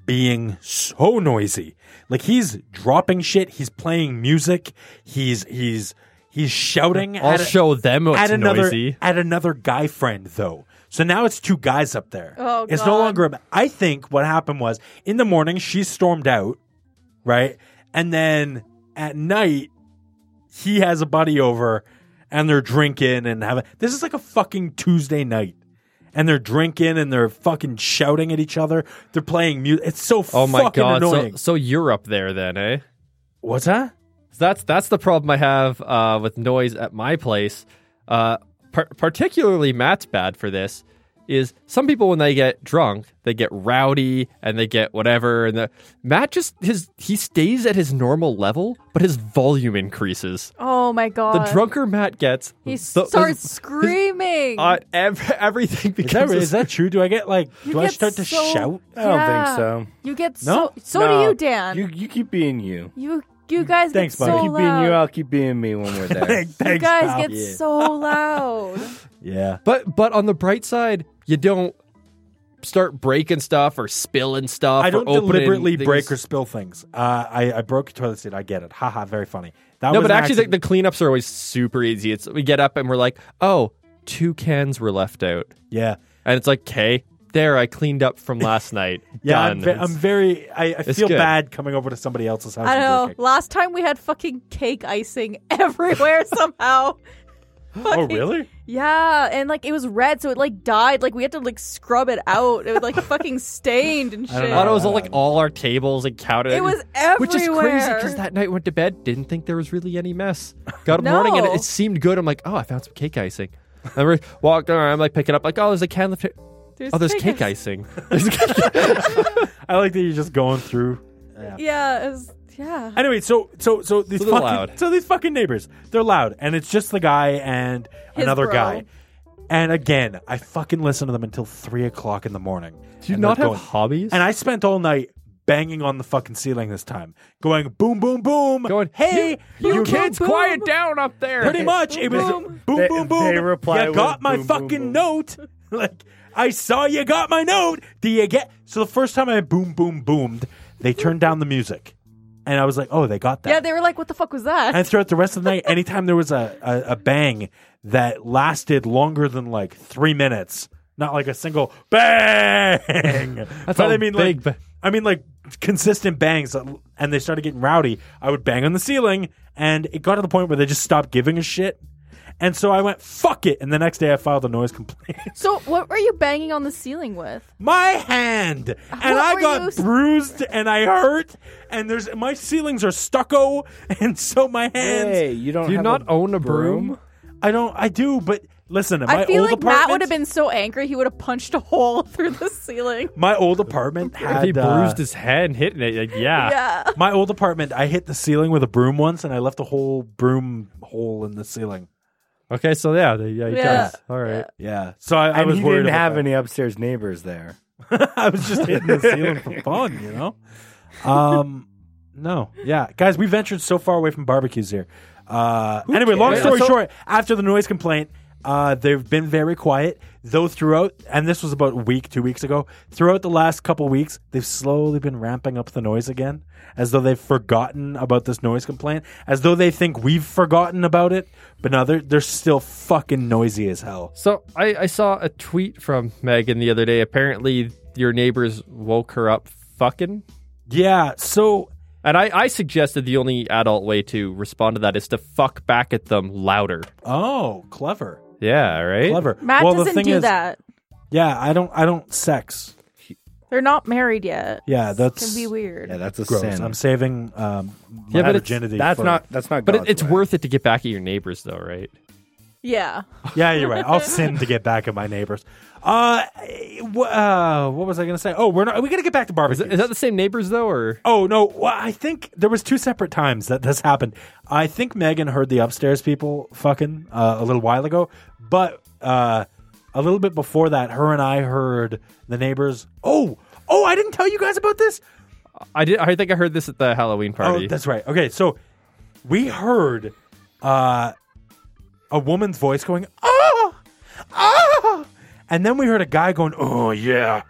being so noisy. Like he's dropping shit. He's playing music. He's he's he's shouting.
I'll
at a-
show them what's
at another
noisy.
at another guy friend though. So now it's two guys up there.
Oh,
it's no
God.
longer. ab- I think what happened was in the morning she stormed out, right, and then at night he has a buddy over, and they're drinking and having. This is like a fucking Tuesday night. And they're drinking and they're fucking shouting at each other. They're playing music. It's so
Oh my
fucking
god! So,
annoying.
so you're up there then, eh?
What's that?
That's that's the problem I have uh, with noise at my place. Uh, par- particularly, Matt's bad for this. Is some people when they get drunk, they get rowdy and they get whatever. And the, Matt just his he stays at his normal level, but his volume increases.
Oh my
The
god.
drunker Matt gets,
He
the-
starts
his-
screaming.
uh, ev- everything
Is that,
becomes
is that true? Do I get like? do I
get
start to
so-
shout?
I don't
Yeah.
think so.
You get
No?
so. So
No,
do you, Dan.
You you keep being you.
you you guys
Thanks,
get
buddy.
so uh,
keep
loud.
being you. I'll keep being me when we're there.
Thanks,
you guys
pal.
get so loud.
yeah.
But but on the bright side, you don't start breaking stuff or spilling stuff.
I
or
don't
opening
deliberately
things.
break or spill things. Uh, I, I broke a toilet seat. I get it. Haha, very funny. That
No,
was
but
an
actually, the,
accident.
the cleanups are always super easy. It's we get up and we're like, oh, two cans were left out,
yeah,
and it's like, okay, there, I cleaned up from last night.
yeah. I'm,
Done.
ve-
It's-
I'm very. I, I feel
good.
bad coming over to somebody else's house.
I
and
know.
drinking.
Last time we had fucking cake icing everywhere somehow.
Oh, really?
Yeah, and like it was red, so it like died. Like we had to like scrub it out. It was like fucking stained and shit.
I thought it was like all our tables and counted.
It was
Which is crazy
everywhere.
because that night went to bed, didn't think there was really any mess. Got up
No.
morning and it, it seemed good. I'm like, oh, I found some cake icing. I re- walked around, I'm like picking up, like, oh, there's a can left here. Oh, there's cake icing. There's cake-
I like that you're just going through.
Yeah, it was, yeah.
Anyway, so so so these
they're
fucking
loud.
so these fucking neighbors, they're loud, and it's just the guy and
His
another
bro.
guy. And again, I fucking listen to them until three o'clock in the morning.
Do you
And
not
they're
have
going-
hobbies?
And I spent all night banging on the fucking ceiling this time, going boom, boom, boom,
Going,
hey,
you
you
kids,
boom.
quiet down up there.
Pretty much, it was boom,
Boom.
boom, boom.
They- they reply
you
with
got my
boom, boom,
fucking
boom.
note. like, I saw you got my note. Do you get? So the first time I boom, boom, boomed, they turned down the music. And I was like, oh, they got that.
Yeah, they were like, what the fuck was that?
and throughout the rest of the night, anytime there was a, a, a bang that lasted longer than like three minutes, not like a single bang. That's
a big
like, I mean, like consistent bangs, uh, and they started getting rowdy. I would bang on the ceiling, and it got to the point where they just stopped giving a shit. And so I went, fuck it. And the next day I filed a noise complaint.
so, what were you banging on the ceiling with?
my hand and
were
I
you
got
s-
bruised and I hurt and there's my ceilings are stucco and so my hands
Hey, you don't
Do you
have
not
a
own a broom?
I don't. I do, but listen. In my
I feel
old
like Matt would
apartment,
have been so angry he would have punched a hole through the ceiling.
my old apartment
If
had
he bruised
uh,
his head and hitting it, like, yeah.
Yeah.
my old apartment. I hit the ceiling with a broom once, and I left a whole broom hole in the ceiling.
Okay, so yeah, they- yeah, you
Yeah.
guys- All right.
Yeah, so I, I
And
was
he
worried.
didn't
about
have
that.
any upstairs neighbors there.
I was just hitting the ceiling for fun, you know. Um, no, yeah, guys, we ventured so far away from barbecues here. Uh, anyway, long
cares?
story
So-
short, after the noise complaint, uh, they've been very quiet. Though throughout, and this was about a week, two weeks ago, throughout the last couple weeks, they've slowly been ramping up the noise again, as though they've forgotten about this noise complaint, as though they think we've forgotten about it. But no, they're they're still fucking noisy as hell.
So I, I saw a tweet from Megan the other day. Apparently, your neighbors woke her up fucking.
Yeah, so
And I, I suggested the only adult way to respond to that is to fuck back at them louder.
oh, clever.
Yeah, right?
Clever.
Matt
well, the
doesn't
thing
do
is,
that.
Yeah, I don't. I don't sex.
They're not married yet.
Yeah, that's
Can be weird.
Yeah, that's a
gross.
sin.
I'm saving um, my
Yeah, but it's-
virginity.
that's
for-
not. That's not.
But it,
God's
it's
way.
worth it to get back at your neighbors, though, right?
Yeah.
Yeah, you're right. I'll sin to get back at my neighbors. Uh, wh- uh what was I gonna say? Oh, we're not. We gotta get back to
Is,
barbecue.
it, is that the same neighbors, though? Or
Oh no! Well, I think there was two separate times that this happened. I think Megan heard the upstairs people fucking uh, a little while ago, but uh, a little bit before that, her and I heard the neighbors. Oh, oh! I didn't tell you guys about this.
I did. I think I heard this at the Halloween party.
Oh, that's right. Okay, so we heard uh, a woman's voice going, "Oh, oh," and then we heard a guy going, "Oh yeah,"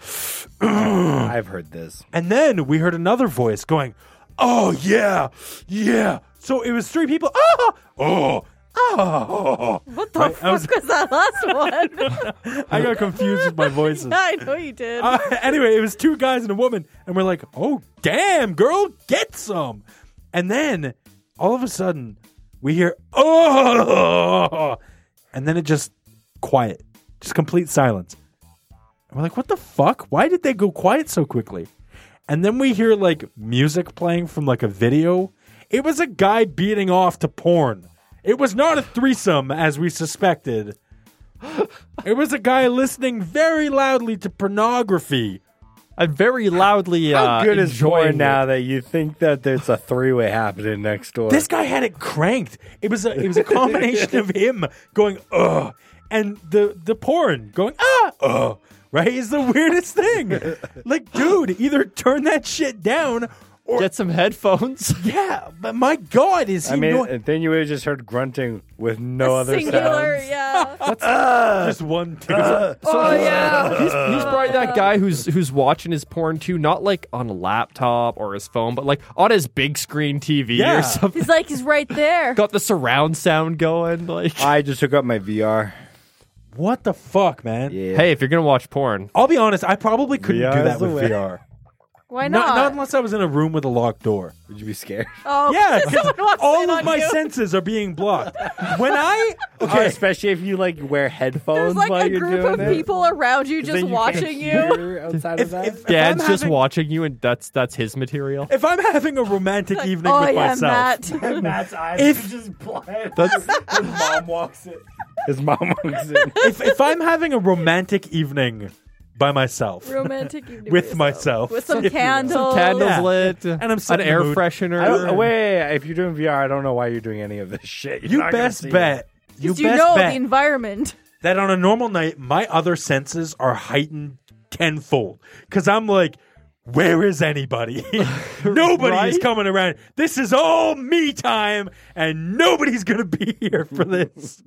I've heard this.
and then we heard another voice going, "Oh yeah, yeah." So it was three people. Oh, oh, oh.
What the
Right,
fuck
I
was...
was-
that last one?
I got confused with my voices.
I know you did.
Uh, anyway, it was two guys and a woman, and we're like, "Oh, damn, girl, get some!" And then all of a sudden, we hear "oh," and then it just quiet, just complete silence. And we're like, "What the fuck? Why did they go quiet so quickly?" And then we hear like music playing from like a video. It was a guy beating off to porn. It was not a threesome as we suspected. It was a guy listening very loudly to pornography.
I very loudly.
How
uh,
good is
enjoying
porn
it.
now that you think that there's a three way happening next door?
This guy had it cranked. It was a it was a combination of him going ugh and the the porn going ah ugh right is the weirdest thing. Like, dude, either turn that shit down or
Get some headphones.
yeah. But my God, is he
I mean,
annoying.
and then you would have just heard grunting with no other
Singular,
sounds.
yeah.
just one? Two,
oh, yeah.
he's, he's probably that guy who's who's watching his porn too, not like on a laptop or his phone, but like on his big screen TV
Yeah.
or something.
He's like, he's right there.
Got the surround sound going. Like,
I just hook up my VR.
what the fuck, man?
Yeah.
hey, if you're gonna watch porn,
I'll be honest. I probably couldn't
VR
do
is
that
the
with
way.
VR.
Why
Not,
not?
not unless I was in a room with a locked door.
would you be scared?
oh,
Yeah, 'cause
someone walks in
all
on
of my
you.
senses are being blocked. When I
Uh,
okay,
especially if you like wear headphones
There's like
while
a
you're
group
doing
of
it.
people around you
Then
just
can't
watching you.
hear Outside
if,
of that,
if, if
Dad's
I'm
just
having,
watching you, and that's that's his material.
If I'm having a romantic evening
Oh,
with
yeah,
myself,
Matt.
Matt's eyes
If-
are just blind.
That's
His mom walks in.
his mom walks in.
if, if I'm having a romantic evening by myself,
Romantic evening
With
yourself.
myself.
With some candles.
candles
Yeah.
lit,
And I'm
an
setting the
air
mood.
I don't-
freshener.
wait, if you're doing VR, I don't know why you're doing any of this shit. You're
you
not gonna see
best
it.
bet. You
You,
best
know
bet
the environment.
that on a normal night, my other senses are heightened tenfold because I'm like, where is anybody? Nobody is
Right?
coming around. This is all me time, and nobody's going to be here for this.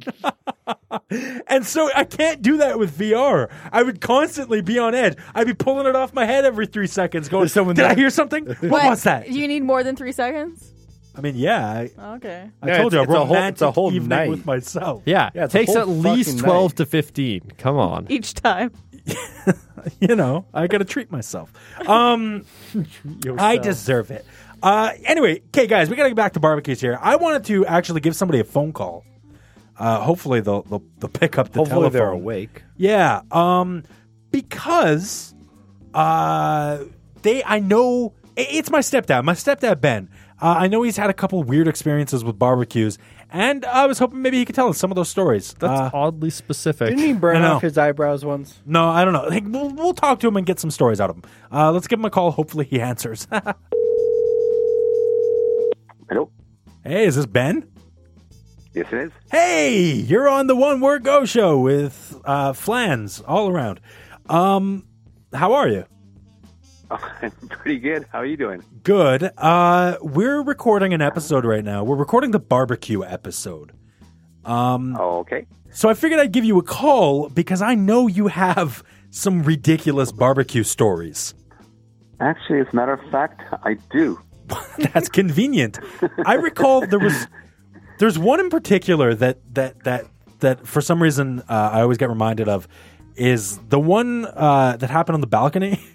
and so I can't do that with VR. I would constantly be on edge. I'd be pulling it off my head every three seconds, going,
There's someone
Did I
there."
hear something? What was that?
You need more than three seconds?
I mean, yeah, I,
Okay.
I
Yeah,
told
it's-
you, I
it's a whole-
romantic
it's a whole
evening
night.
with myself.
Yeah,
Yeah,
it
it's a
takes
whole
at least
fucking
12
night.
to 15. Come on.
Each time.
you know, I got to treat myself. Um, I deserve it. Uh, anyway, okay, guys, we got to get back to barbecues here. I wanted to actually give somebody a phone call. Uh, hopefully they'll, they'll they'll pick up the
Hopefully
telephone.
they're awake.
Yeah, um, because uh, they I know i- it's my stepdad, my stepdad Ben. Uh, I know he's had a couple weird experiences with barbecues, and I was hoping maybe he could tell us some of those stories.
That's
Uh,
oddly specific.
Didn't he
No,
burn
no.
off his eyebrows once?
no, I don't know. Like, we'll, we'll talk to him and get some stories out of him. Uh, let's give him a call. Hopefully, he answers.
Hello?
hey, is this Ben?
Yes, it is.
Hey, you're on the One Word Go show with uh, flans all around. Um, how are you?
I'm pretty good. How are you doing?
Good. Uh, we're recording an episode right now. We're recording the barbecue episode. Mm.
Oh, okay.
So I figured I'd give you a call because I know you have some ridiculous barbecue stories.
Actually, as a matter of fact, I do.
That's convenient. I recall there was there's one in particular that that that that for some reason uh, I always get reminded of is the one uh, that happened on the balcony.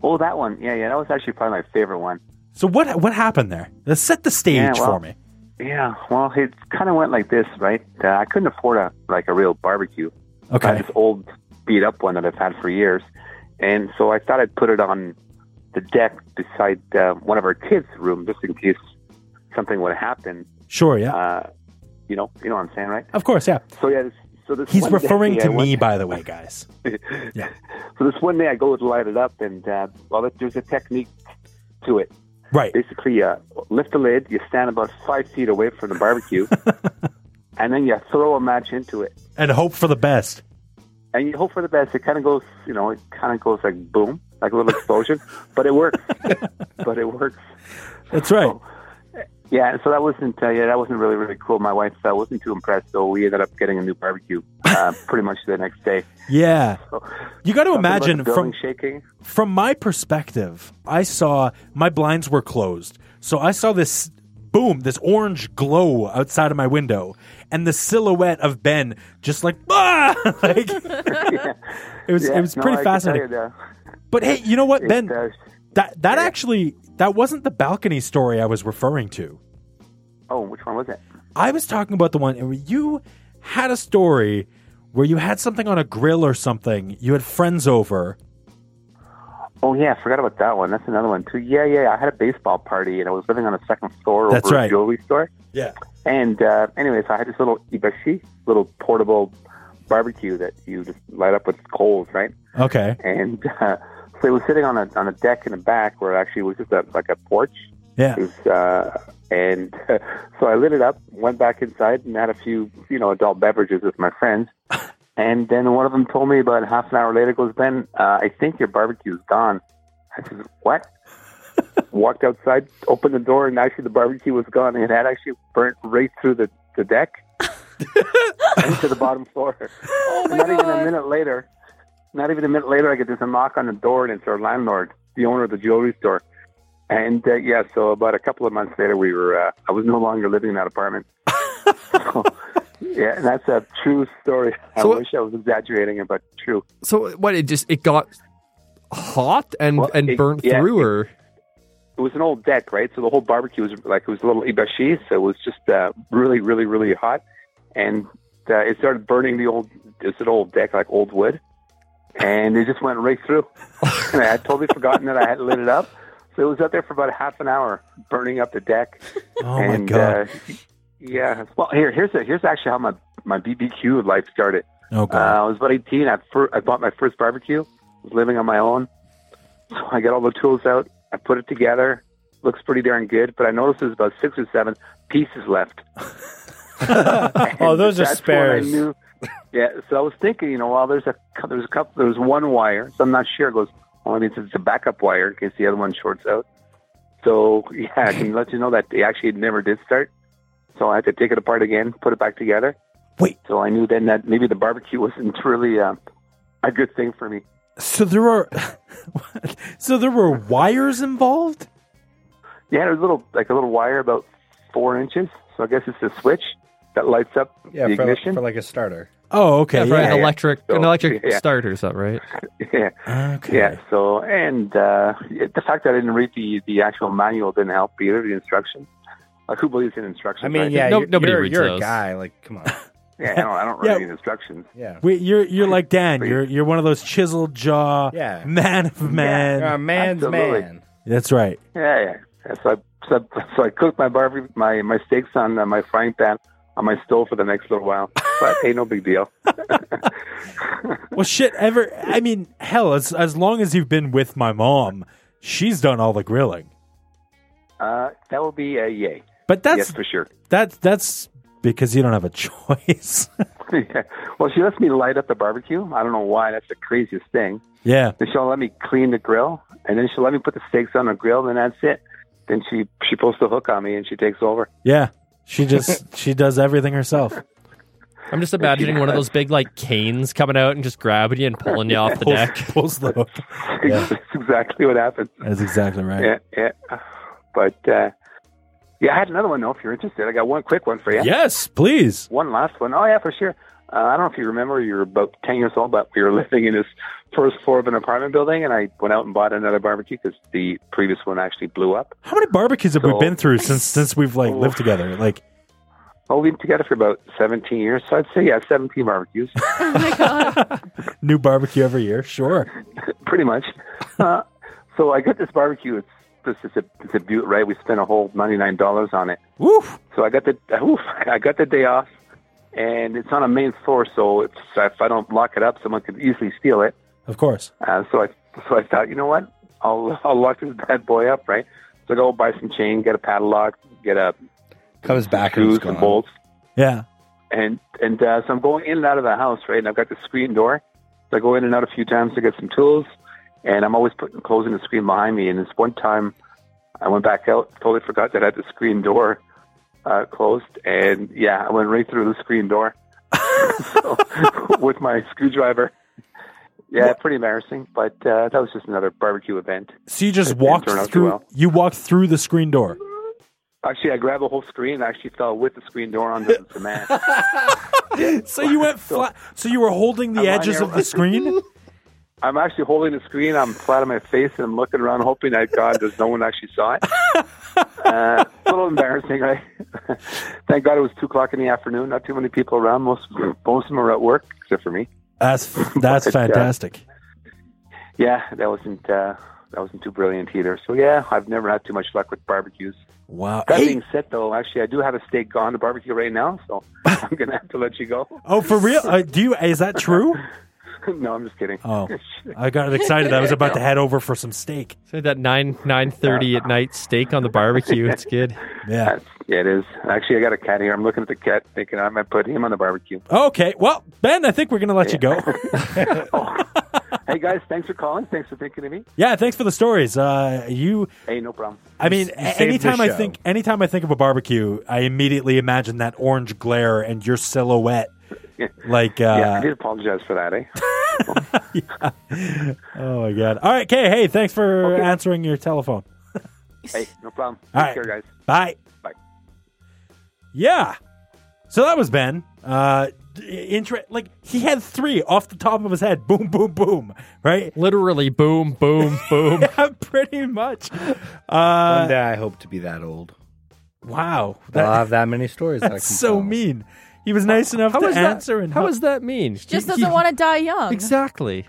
Oh, that one. Yeah, yeah. That was actually probably my favorite one.
So what what happened there? Let's set the stage
Yeah, well-
for me.
Yeah. Well, it kind of went like this, right? Uh, I couldn't afford a like a real barbecue. I
Okay.
had this old beat up one that I've had for years, and so I thought I'd put it on the deck beside uh, one of our kids' room just in case something would happen.
Sure. Yeah.
Uh, you know, you know what I'm saying, right?
of course. Yeah.
So yeah. This, so this
He's
one day
referring
I
to
went-
me, by the way, guys.
So this one day I go to light it up, and uh, well, there's a technique to it.
Right.
Basically, uh, lift the lid, you stand about five feet away from the barbecue, and then you throw a match into it,
And hope for the best.
and you hope for the best. It kind of goes, you know, it kind of goes like boom, like a little explosion, but it works. but it works.
That's right.
Oh. Yeah, so that wasn't uh, yeah, that wasn't really really cool. My wife uh, wasn't too impressed, so we ended up getting a new barbecue uh, pretty much the next day.
Yeah.
So,
You got to
Oh. something about
imagine
the
from
building shaking.
from my perspective, I saw my blinds were closed. So I saw this boom, this orange glow outside of my window and the silhouette of Ben just like ah! like It was
Yeah,
it was
no, I
pretty
can tell
fascinating.
you, uh,
But hey, you know what,
it,
Ben?
uh,
That that
yeah.
actually that wasn't the balcony story I was referring to.
oh, which one was it?
I was talking about the one where you had a story where you had something on a grill or something. You had friends over.
Oh yeah, I forgot about that one. That's another one too. Yeah, yeah. I had a baseball party and I was living on a second floor
That's
over
right.
a jewelry store.
Yeah.
And uh, anyways, I had this little ibashi, little portable barbecue that you just light up with coals, right?
Okay.
And uh, so it was sitting on a on a deck in the back where it actually was just a, like a porch.
Yeah.
It was, uh, and so I lit it up, went back inside, and had a few you know adult beverages with my friends. And then one of them told me about half an hour later, goes Ben, uh, I think your barbecue's gone. I said, what? Walked outside, opened the door, and actually the barbecue was gone. It had actually burnt right through the, the deck and to the bottom floor.
Oh my
not even a
god.
minute later, not even a minute later, I get this knock on the door, and it's our landlord, the owner of the jewelry store. And uh, yeah, so about a couple of months later, we were, uh, I was no longer living in that apartment. so, yeah, and that's a true story. I
So-
wish I was exaggerating it, but true.
So what? It just it got hot and
Well,
and
it-
burnt
yeah,
through,
it-
or
It was an old deck, right? So the whole barbecue was like, it was a little ibashi, so it was just uh, really, really, really hot. And uh, it started burning the old, it's an old deck, like old wood. And it just went right through. and I had totally forgotten that I had lit it up. So it was out there for about half an hour, burning up the deck.
Oh my
and,
god.
Uh, yeah. Well, here, here's a, here's actually how my my BBQ life started.
oh
Uh,
god.
I was about 18. I, fir- I bought my first barbecue. I was living on my own, so I got all the tools out. I put it together. Looks pretty darn good, but I noticed there's about six or seven pieces left.
Oh, those are
That's when I
spares.
knew- yeah, so I was thinking, you know, well, there's a cou- there's a couple, there's one wire, so I'm not sure. It goes, All I need is a backup wire in case the other one shorts out. So yeah, I can let you know that they actually never did start. So I had to take it apart again, put it back together.
Wait.
So I knew then that maybe the barbecue wasn't really uh, a good thing for me.
So there were, so there were wires involved.
Yeah, there's a little like a little wire about four inches. So I guess it's the switch that lights up
Yeah,
the
for,
ignition.
for like a starter.
Oh, okay,
Yeah, for
yeah,
an electric,
So,
an electric
Oh, yeah.
starter or something, right?
yeah.
okay.
Yeah. So, and uh, it- the fact that I didn't read the, the actual manual didn't help either. The instructions. Like, who believes in instructions?
I mean,
right?
yeah,
No-
you're,
nobody
you're,
reads
you're a
those.
guy. Like, come on.
yeah. I don't, I don't
Yeah.
read the instructions.
Yeah.
Wait, you're you're like Dan. You're you're one of those chiseled jaw
Yeah. um,
man of man.
You're a man's
Absolutely.
man.
That's right.
Yeah, yeah. And So I, so, I- so I cooked my barbecue, my my steaks on uh, my frying pan on my stove for the next little while. But hey, no big deal.
Well, shit. Ever? I mean, hell. As as long as you've been with my mom, she's done all the grilling.
Uh, that would be a yay.
But that's
yes, for sure.
that's that's because you don't have a choice.
yeah. Well, she lets me light up the barbecue. I don't know why. That's the craziest thing.
yeah.
Then she'll let me clean the grill, and then she'll let me put the steaks on the grill, and that's it. Then she she pulls the hook on me and she takes over.
Yeah. She just she does everything herself.
I'm just imagining one of those big like canes coming out and just grabbing you and pulling you off the
Pulls,
deck.
pulls the hook.
that's exactly what happened.
That's exactly right.
Yeah, yeah. But uh, yeah, I had another one though. If you're interested, I got one quick one for you.
Yes, please.
One last one. Oh yeah, for sure. Uh, I don't know if you remember, you were about ten years old, but we were living in this first floor of an apartment building, and I went out and bought another barbecue because the previous one actually blew up.
How many barbecues have we
So-
been through since since we've like
Oof.
lived together? Like
Well, we've been together for about seventeen years, so I'd say yeah, seventeen barbecues.
new barbecue every year. Sure.
pretty much. Uh, so I got this barbecue. It's just it's a it's a beaut, right? We spent a whole ninety nine dollars on it.
Woof.
So I got the oof, I got the day off, and it's on a main floor, so it's if I don't lock it up, someone could easily steal it.
Of course.
Uh, so I so I thought, you know what? I'll I'll lock this bad boy up, right? So I go buy some chain, get a padlock, get a
Comes back and
screws
it's
and
gone.
bolts,
Yeah.
and and uh, so I'm going in and out of the house, right? And I've got the screen door, so I go in and out a few times to get some tools, and I'm always putting closing the screen behind me. And this one time, I went back out, totally forgot that I had the screen door uh, closed, and yeah, I went right through the screen door so, with my screwdriver. Yeah, pretty embarrassing, but uh, that was just another barbecue event.
So you just
It didn't
walked
turn out too
through.
well.
You walked through the screen door.
Actually, I grabbed the whole screen. and actually fell with the screen door onto the cement.
So you went flat. So you were holding the
I'm lying
edges
there.
of the screen.
I'm actually holding the screen. I'm flat on my face and I'm looking around, hoping that God, does no one actually saw it. Uh, it's a little embarrassing, right? Thank God it was two o'clock in the afternoon. Not too many people around. Most most of them are at work, except for me.
That's that's
But, uh,
fantastic.
Yeah, that wasn't uh, that wasn't too brilliant either. So yeah, I've never had too much luck with barbecues.
Wow.
That
Hey,
being said, though, actually, I do have a steak on the barbecue right now, so I'm gonna have to let you go.
oh, for real? Uh, do you? Is that true?
no, I'm just kidding.
Oh, I got excited. I was about to head over for some steak.
So that nine nine thirty at night steak on the barbecue. It's good.
Yeah.
Yeah, it is. Actually, I got a cat here. I'm looking at the cat, thinking I might put him on the barbecue.
Okay. Well, Ben, I think we're gonna let you go.
hey guys, thanks for calling. Thanks for thinking of me.
Yeah. Thanks for the stories. Uh, you.
Hey, no problem.
I mean,
saved the
anytime I
show.
think anytime I think of a barbecue, I immediately imagine that orange glare and your silhouette. Like, uh,
Yeah, I did apologize for that, eh?
oh my god! All right, Kay. Hey, thanks for
Okay.
answering your telephone.
hey, no problem. Take
All right.
care, guys.
Bye.
Bye.
Yeah. So that was Ben. Uh d- inter- like he had three off the top of his head. Boom, boom, boom. Right?
Literally, boom, boom, boom.
Yeah, pretty much.
One
Uh
day I hope to be that old.
wow.
That, I'll
That,
have that many stories. that I
that's
can
so
tell.
mean. He was nice enough
How
to
is
answer
that?
and
How
help.
does that mean?
Just doesn't want to die young.
Exactly.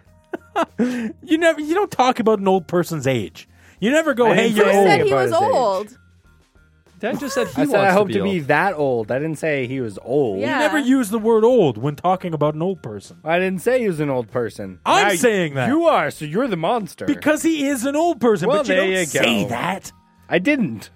you never you don't talk about an old person's age. You never go,
I
hey,
didn't
you're
say
Who
old.
said he
about
was
his age.
old?
Dan just said he
I
wants
said I hope to be,
old.
that old. I didn't say he was old.
Yeah.
You never use the word old when talking about an old person.
I didn't say he was an old person.
I'm
you-
saying that.
you are. So you're the monster.
Because he is an old person,
Well,
but you
there
don't
you
say
go.
that.
I didn't.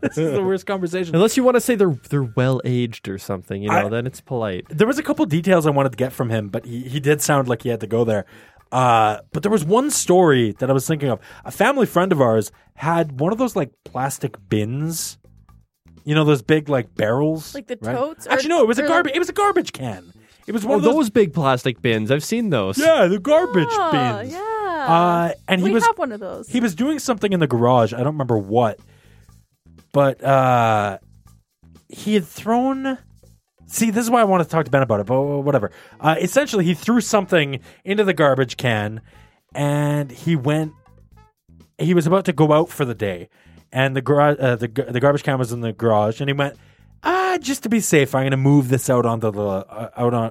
This is the worst conversation.
Unless you want to say they're they're well aged or something, you know,
I-
then it's polite.
There was a couple details I wanted to get from him, but he, he did sound like he had to go there. Uh, but there was one story that I was thinking of. A family friend of ours had one of those like plastic bins, you know, those big like barrels,
Like the
right?
totes or-
Actually, no, it was a
or
garbage. It was a garbage can. It was one
Oh,
of those.
those big plastic bins. I've seen those.
Yeah, the garbage
Oh,
bins.
yeah.
Uh, and he
we
was
have one of those.
he was doing something in the garage. I don't remember what, but uh, he had thrown. See, this is why I want to talk to Ben about it. But whatever. Uh, essentially, he threw something into the garbage can, and he went. He was about to go out for the day, and the garage, uh, the gar- the garbage can was in the garage, and he went. Ah, just to be safe, I'm going to move this out onto the uh, out on,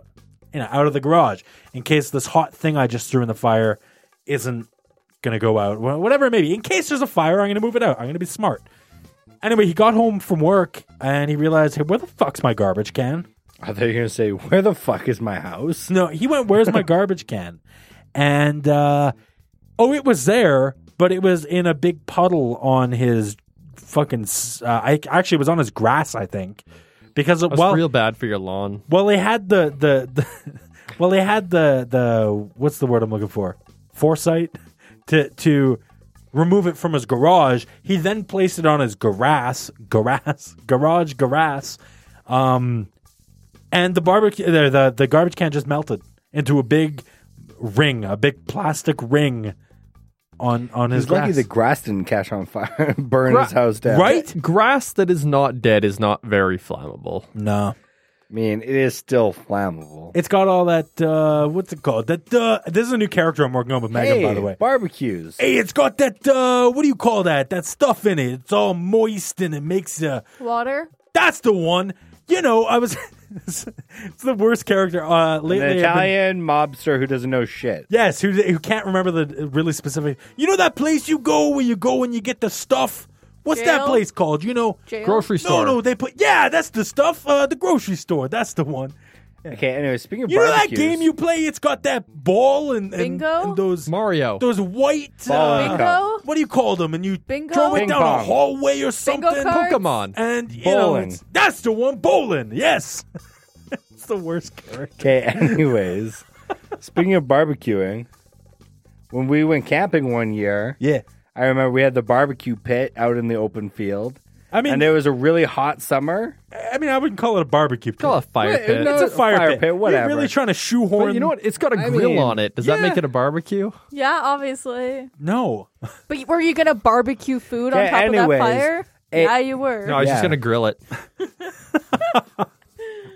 you know, out of the garage in case this hot thing I just threw in the fire isn't gonna go out, wh- whatever it may be. In case there's a fire, I'm gonna move it out. I'm gonna be smart. Anyway, he got home from work and he realized, hey, where the fuck's my garbage can?
I thought you were gonna say, "Where the fuck is my house?"
No, he went, where's my garbage can? And uh, oh, it was there, but it was in a big puddle on his fucking. s- Uh, I actually it was on his grass, I think, because
That's
well,
real bad for your lawn.
well, they had the the, the well, they had the the what's the word I'm looking for? Foresight to to remove it from his garage. He then placed it on his grass, grass, garage, grass, um, and the barbecue the, the the garbage can just melted into a big ring, a big plastic ring on on his
It's lucky
grass.
the grass didn't catch on fire, and burn his house down.
right?
Grass that is not dead is not very flammable.
No.
I mean, it is still flammable.
It's got all that uh what's it called? That uh this is a new character I'm working on with Megan,
hey,
by the way.
barbecues.
Hey, it's got that uh what do you call that? That stuff in it. It's all moist and it makes uh
Water.
that's the one. You know, I was it's the worst character uh
An
lately. I've been-
Italian mobster who doesn't know shit.
yes, who who can't remember the really specific You know that place you go where you go and you get the stuff? What's that
Jail?
place called? You know
Jail?
Grocery
No
store.
no they put yeah, that's the stuff, uh the grocery store, that's the one.
Okay. Anyway, speaking of
You know that
barbecues,
game you play? It's got that ball and, and,
Bingo?
and those
Mario.
those white
Ball
uh,
and
Bingo.
cup.
what do you call them? And you
Bingo?
throw it
Ping
down a
pong.
hallway or something.
cards?
Pokemon.
And you know,
Bowling.
it's- that's the one bowling. Yes, it's the worst character.
Okay, anyways, speaking of barbecuing, when we went camping one year,
Yeah,
I remember we had the barbecue pit out in the open field,
I mean,
and it was a really hot summer.
I mean, I wouldn't call it a barbecue. Pit.
Call it a fire
Wait,
pit.
no,
it's a fire,
fire
pit.
pit, whatever.
You're really trying to shoehorn.
But you know what? It's got a
I
grill
mean,
on it. Does that make
yeah.
it a barbecue?
Yeah, obviously.
No,
But y- were you gonna barbecue food on
Yeah,
top of that
anyways,
fire?
it-
yeah, you were.
No, I was just
Yeah.
gonna grill it.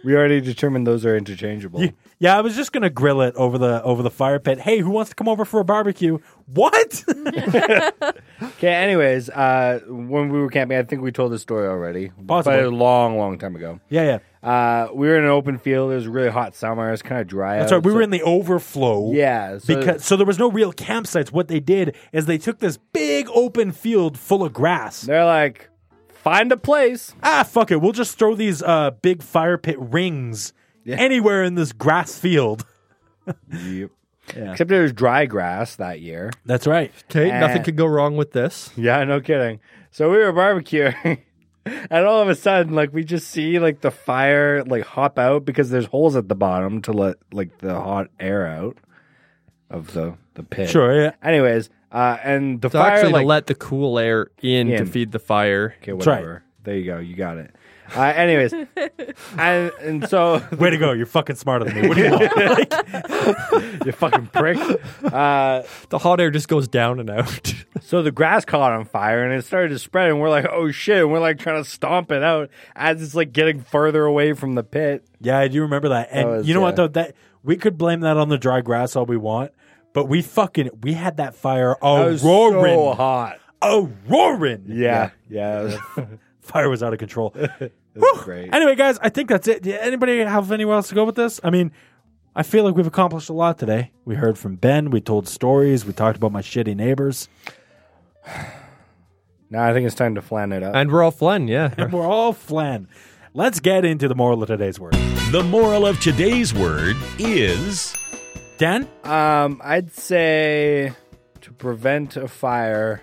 We already determined those are interchangeable.
Y- yeah, I was just gonna grill it over the over the fire pit. Hey, who wants to come over for a barbecue? What?
Okay, anyways, uh, when we were camping, I think we told this story already,
Possibly.
but a long, long time ago.
yeah, yeah.
Uh, we were in an open field. It was a really hot summer. It was kind of dry.
That's
out,
right. We
Uh, so-
were in the overflow.
yeah, so-
because so there was no real campsites. What they did is they took this big open field full of grass.
They're like, find a place.
Ah, fuck it. We'll just throw these uh, big fire pit rings anywhere in this grass field.
Yep. Except it was dry grass that year.
That's right.
Okay, nothing
Eh.
could go wrong with this.
Yeah, no kidding. So we were barbecuing, and all of a sudden, like we just see like the fire like hop out because there's holes at the bottom to let like the hot air out of the the pit.
Sure. Yeah.
Anyways, uh, and the
So
fire
actually,
like
to let the cool air in, to
In.
feed the fire.
okay,
right.
whatever. There you go. You got it. Uh, anyways, and and so
Way to go. You're fucking smarter than me. What do you want?
you fucking prick. Uh,
The hot air just goes down and out.
So the grass caught on fire and it started to spread, and we're like, "Oh shit!" And we're like trying to stomp it out as it's like getting further away from the pit.
yeah, I do remember that. And
was-
you know what
yeah.
though? That we could blame that on the dry grass all we want, but we fucking we had that fire
It
a
was
roaring,
so hot.
a roaring.
Oh, Yeah, yeah, it was
fire was out of control. Whew.
great.
Anyway, guys, I think that's it. Yeah, Anybody have anywhere else to go with this? I mean, I feel like we've accomplished a lot today. We heard from Ben. We told stories. We talked about my shitty neighbors.
Now I think it's time to flan it up.
and we're all flan, yeah.
And we're all flan. Let's get into the moral of today's word.
The moral of today's word is
Dan,
Um, I'd say to prevent a fire.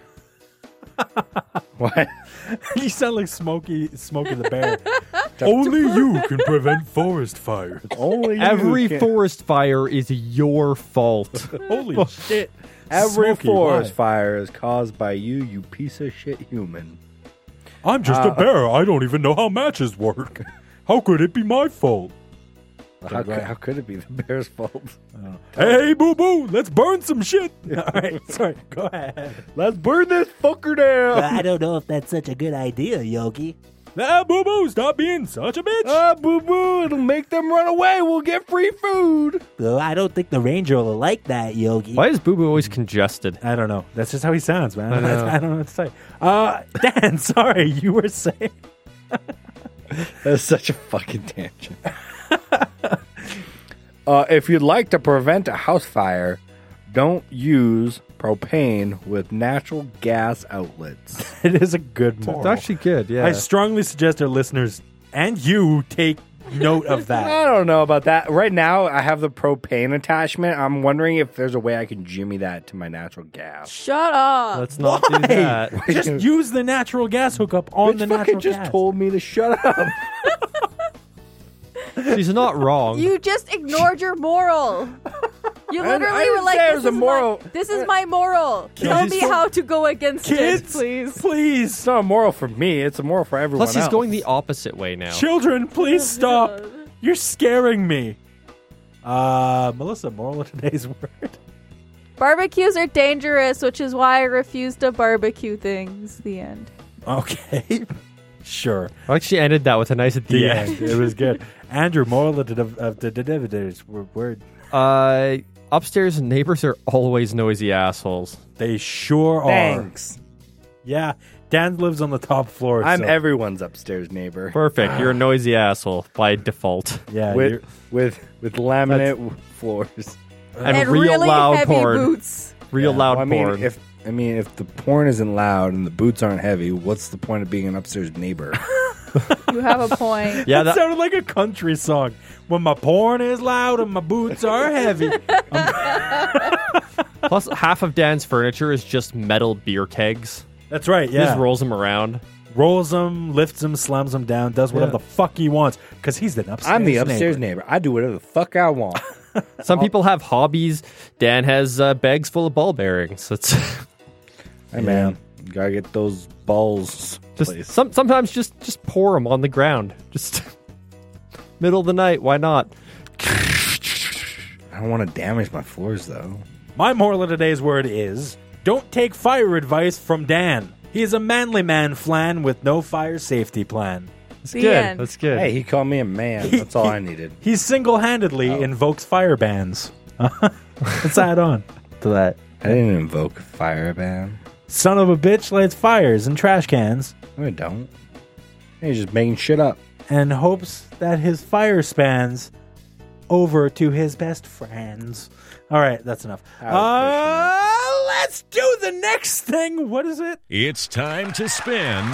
what?
you sound like Smokey, Smokey the Bear.
up.
Only you can prevent forest fires.
Only you
Every
can-
forest fire is your fault.
Holy shit.
every
Smokey,
forest
why?
fire is caused by you, you piece of shit human.
I'm just a bear. I don't even know how matches work. How could it be my fault?
How, cou- how could it be the bear's fault?
Hey, boo boo, let's burn some shit. All right, sorry, go ahead.
Let's burn this fucker
Well,
down.
I don't know if that's such a good idea, Yogi.
Ah, boo boo, stop being such a bitch.
Ah, boo boo! It'll make them run away. We'll get free
Uh,
food.
Well, I don't think the ranger will like that, Yogi.
Why is Boo Boo always congested?
I don't know. That's just how he sounds, man. I,
know.
don't know what to say. Uh, Dan, sorry, you were saying.
That's such a fucking tangent. uh, if you'd like to prevent a house fire, don't use propane with natural gas outlets.
It is a good moral.
good, yeah.
I strongly suggest our listeners and you take note of
I
that.
don't know about that. Right now, I have the propane attachment. I'm wondering if there's a way I can jimmy that to my natural gas.
Shut up.
Let's not do that.
just use the natural gas hookup on
Bitch
the
fucking
natural
just
gas.
told me to shut up.
She's not wrong.
You just ignored your moral. You
I
literally
didn't
were like,
say it
this
was
is,
a moral.
My, this is my moral. Tell me how to go against it,
Kids,
please.
it's
please.
not a moral for me. It's a moral for everyone.
Plus, he's
else.
going the opposite way now.
Children, please stop. You're scaring me. Uh, Melissa, moral of today's word.
Barbecues are dangerous, which is why I refuse to barbecue things. The end.
Okay. Sure.
I actually ended that with a nice at the
Yeah,
end.
it was good. Andrew, moral of the, of the, the, the, the word.
Uh, upstairs neighbors are always noisy assholes.
They sure are.
Thanks.
Yeah, Dan lives on the top floor.
I'm
so-
everyone's upstairs neighbor.
Perfect. You're a noisy asshole by default.
Yeah, you're-
with with with laminate w- floors.
And, real
really
loud
heavy
porn.
boots.
Real loud
Well, I mean,
porn.
if I mean if the porn isn't loud and the boots aren't heavy, what's the point of being an upstairs neighbor?
You have a point.
yeah,
that
that,
sounded like a country song. When my porn is loud and my boots are heavy.
plus half of Dan's furniture is just metal beer kegs.
That's right.
He
Yeah,
just rolls them around.
rolls them, lifts them, slams them down, does whatever
Yeah.
the fuck he wants because he's the upstairs.
I'm the upstairs
neighbor.
neighbor. I do whatever the fuck I want.
Some people have hobbies. Dan has uh, bags full of ball bearings. It's
hey man, gotta get those balls.
just
placed.
some, sometimes just just pour them on the ground. Just middle of the night. Why not?
I don't want to damage my floors though.
My moral of today's word is: don't take fire advice from Dan. He is a manly man, Flan, with no fire safety plan.
That's
The
good.
end.
That's good.
Hey, he called me a man. That's all I needed.
He single-handedly invokes fire bans. Let's add on to that.
I didn't invoke fire ban.
Son of a bitch lights fires in trash cans
No, I don't. He's just making shit up.
and hopes that his fire spans over to his best friends. All right, that's enough. Uh, let's do the next thing. What is it?
It's time to spin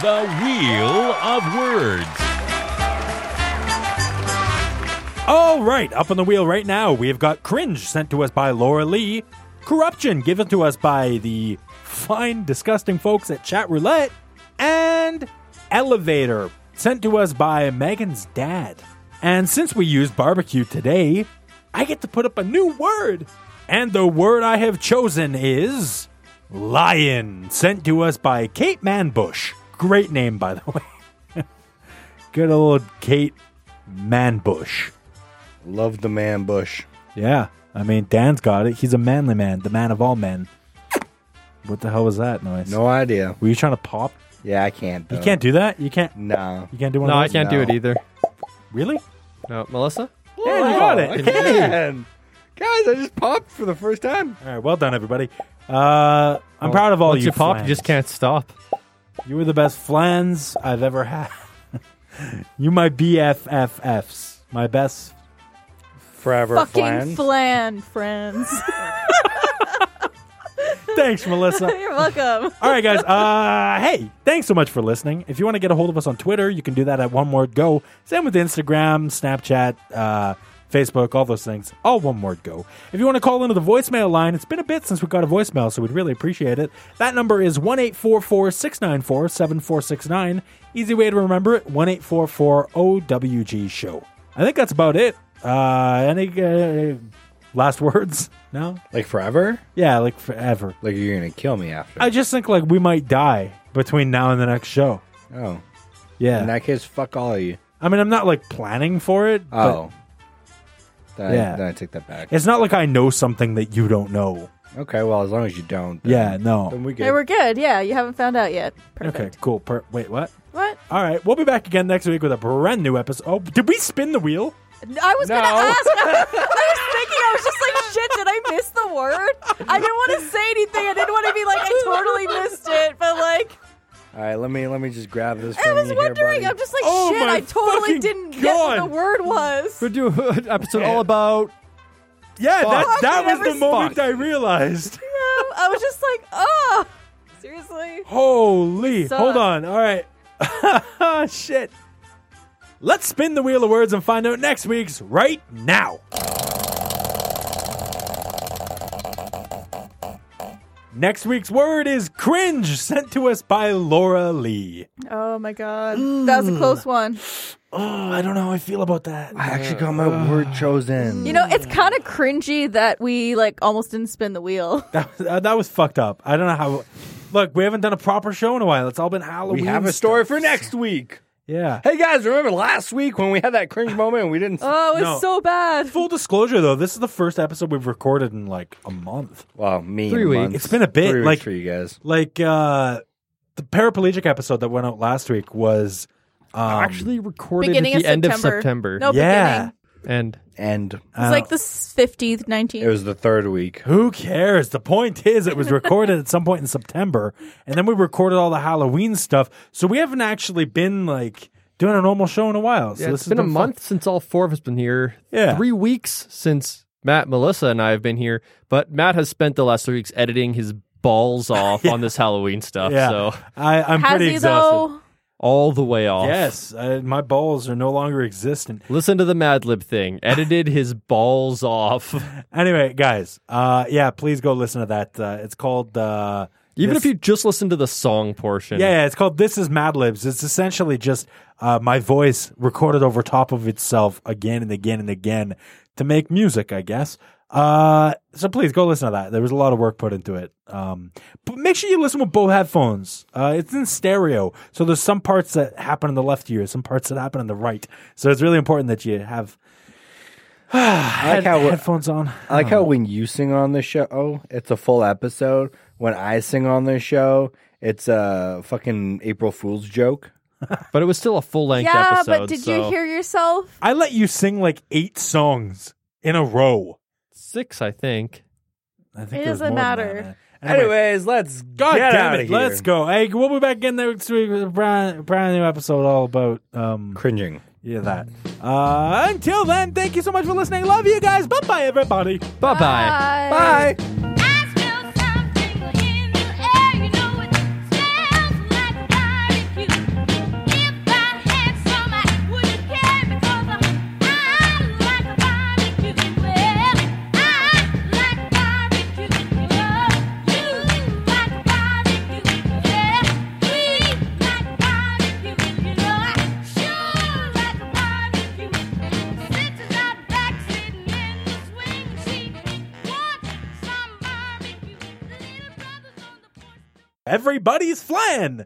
the Wheel of Words.
All right, up on the wheel right now, we have got Cringe sent to us by Laura Lee, Corruption given to us by the fine, disgusting folks at Chat Roulette, and Elevator sent to us by Megan's dad. And since we used barbecue today, I get to put up a new word. And the word I have chosen is Lion, sent to us by Kate Manbush. Great name, by the way. Good old Kate Manbush.
Love the man bush.
Yeah. I mean, Dan's got it. He's a manly man, the man of all men. What the hell was that noise?
No idea.
Were you trying to pop?
Yeah, I can't.
You can't do that? You can't.
No.
You can't do one
no,
of
I
those?
can't do it either.
Really?
No, Melissa.
Dan, you got it.
Man, guys, I just popped for the first time.
All right. Well done, everybody. Uh, I'm proud of all
Once you pop,
flans.
you just can't stop.
You were the best flans I've ever had. you my BFFFs. My best.
Forever
Fucking flan, friends.
Thanks, Melissa.
You're welcome.
All right, guys. Uh, hey, thanks so much for listening. If you want to get a hold of us on Twitter, you can do that at One Word Go. Same with Instagram, Snapchat, uh, Facebook, all those things. All one word go. If you want to call into the voicemail line, it's been a bit since we got a voicemail, so we'd really appreciate it. That number is 1 694 7469. Easy way to remember it 1 OWG Show. I think that's about it. Uh, any uh, last words? No?
Like forever?
Yeah, like forever.
Like you're gonna kill me after?
I just think like we might die between now and the next show.
oh,
Yeah.
in that case, fuck all of you.
I mean, I'm not like planning for it. but
Oh, Then I-
Yeah.
Then I take that back.
It's not like I know something that you don't know.
Okay, well, as long as you don't. Then,
Yeah, no.
Then we
Hey,
good.
we're good. Yeah, you haven't found out yet. Perfect.
Okay, cool. Per- wait, what?
What?
All right, we'll be back again next week with a brand new episode. Oh, did we spin the wheel?
I was gonna ask. I, was thinking. I was just like, shit. Did I miss the word? I didn't want to say anything. I didn't want to be like, I totally missed it. But like,
All right, let me let me just grab this.
I
from
was
you
wondering.
Here,
I'm
buddy.
just like,
Oh
shit.
my
I totally
fucking
didn't get what the
God.
word was.
We're doing an episode all about.
Yeah, that,
Fuck.
that
I
was the
never
moment
spun.
I realized.
No, I was just like, oh, seriously.
Holy.
So-
Hold on. All right. Shit. Let's spin the wheel of words and find out next week's right now. Next week's word is cringe, sent to us by Laura Lee.
Oh my god, that was a close one.
Oh, I don't know how I feel about that.
I actually got my word chosen.
You know, it's kind of cringy that we like almost didn't spin the wheel.
That, uh, that was fucked up. I don't know how. Look, we haven't done a proper show in a while. It's all been Halloween.
we have a story
stuff.
for next week.
Yeah.
Hey guys, remember last week when we had that cringe moment and we didn't?
Oh, it was
No.
so bad.
Full disclosure, though, this is the first episode we've recorded in like a month.
well, me.
Three
and
weeks.
months.
It's been a bit,
Three weeks
like-
for you guys.
Like uh the paraplegic episode that went out last week was um,
actually recorded
Beginning
at
of
the end
September.
of September.
No,
yeah.
beginning.
And
And uh,
It's like the fifteenth,
it
nineteenth.
was the third week.
Who cares? The point is, it was recorded at some point in September, and then we recorded all the Halloween stuff. So we haven't actually been like doing a normal show in a while. So
Yeah,
this
it's
has
been a
fun.
month since all four of us been here.
Yeah.
Three weeks since Matt, Melissa, and I have been here. But Matt has spent the last three weeks editing his balls off on this Halloween stuff.
Yeah,
So
I, I'm
Has
pretty
he
exhausted.
though?
all the way off.
Yes, uh, my balls are no longer existent.
Listen to the Mad Lib thing. Edited his balls off.
Anyway, guys, uh, yeah, please go listen to that. Uh, it's called. Uh,
Even
This-
if you just listen to the song portion.
yeah, yeah, it's called "This Is Mad Libs." It's essentially just uh, my voice recorded over top of itself again and again and again to make music, I guess. Uh, so please go listen to that. There was a lot of work put into it. Um, but make sure you listen with both headphones. Uh, it's in stereo, so there's some parts that happen in the left ear, some parts that happen in the right. So it's really important that you have
I like how
headphones on.
I like how when you sing on the show, it's a full episode. When I sing on the show, it's a fucking April Fool's joke.
But it was still a full length
Yeah,
episode.
but did you
so-
hear yourself?
I let you sing like eight songs in a row.
six, I think.
I
It
think there's
doesn't
more than
matter.
that. Anyway,
Anyways, let's
God
get
damn
outta
it.
here.
Let's go. Hey, we'll be back again next week with a brand, brand new episode all about um
Cringing.
yeah that. Uh, until then, thank you so much for listening. Love you guys. Bye bye everybody.
Bye bye.
Bye.
Everybody's flying.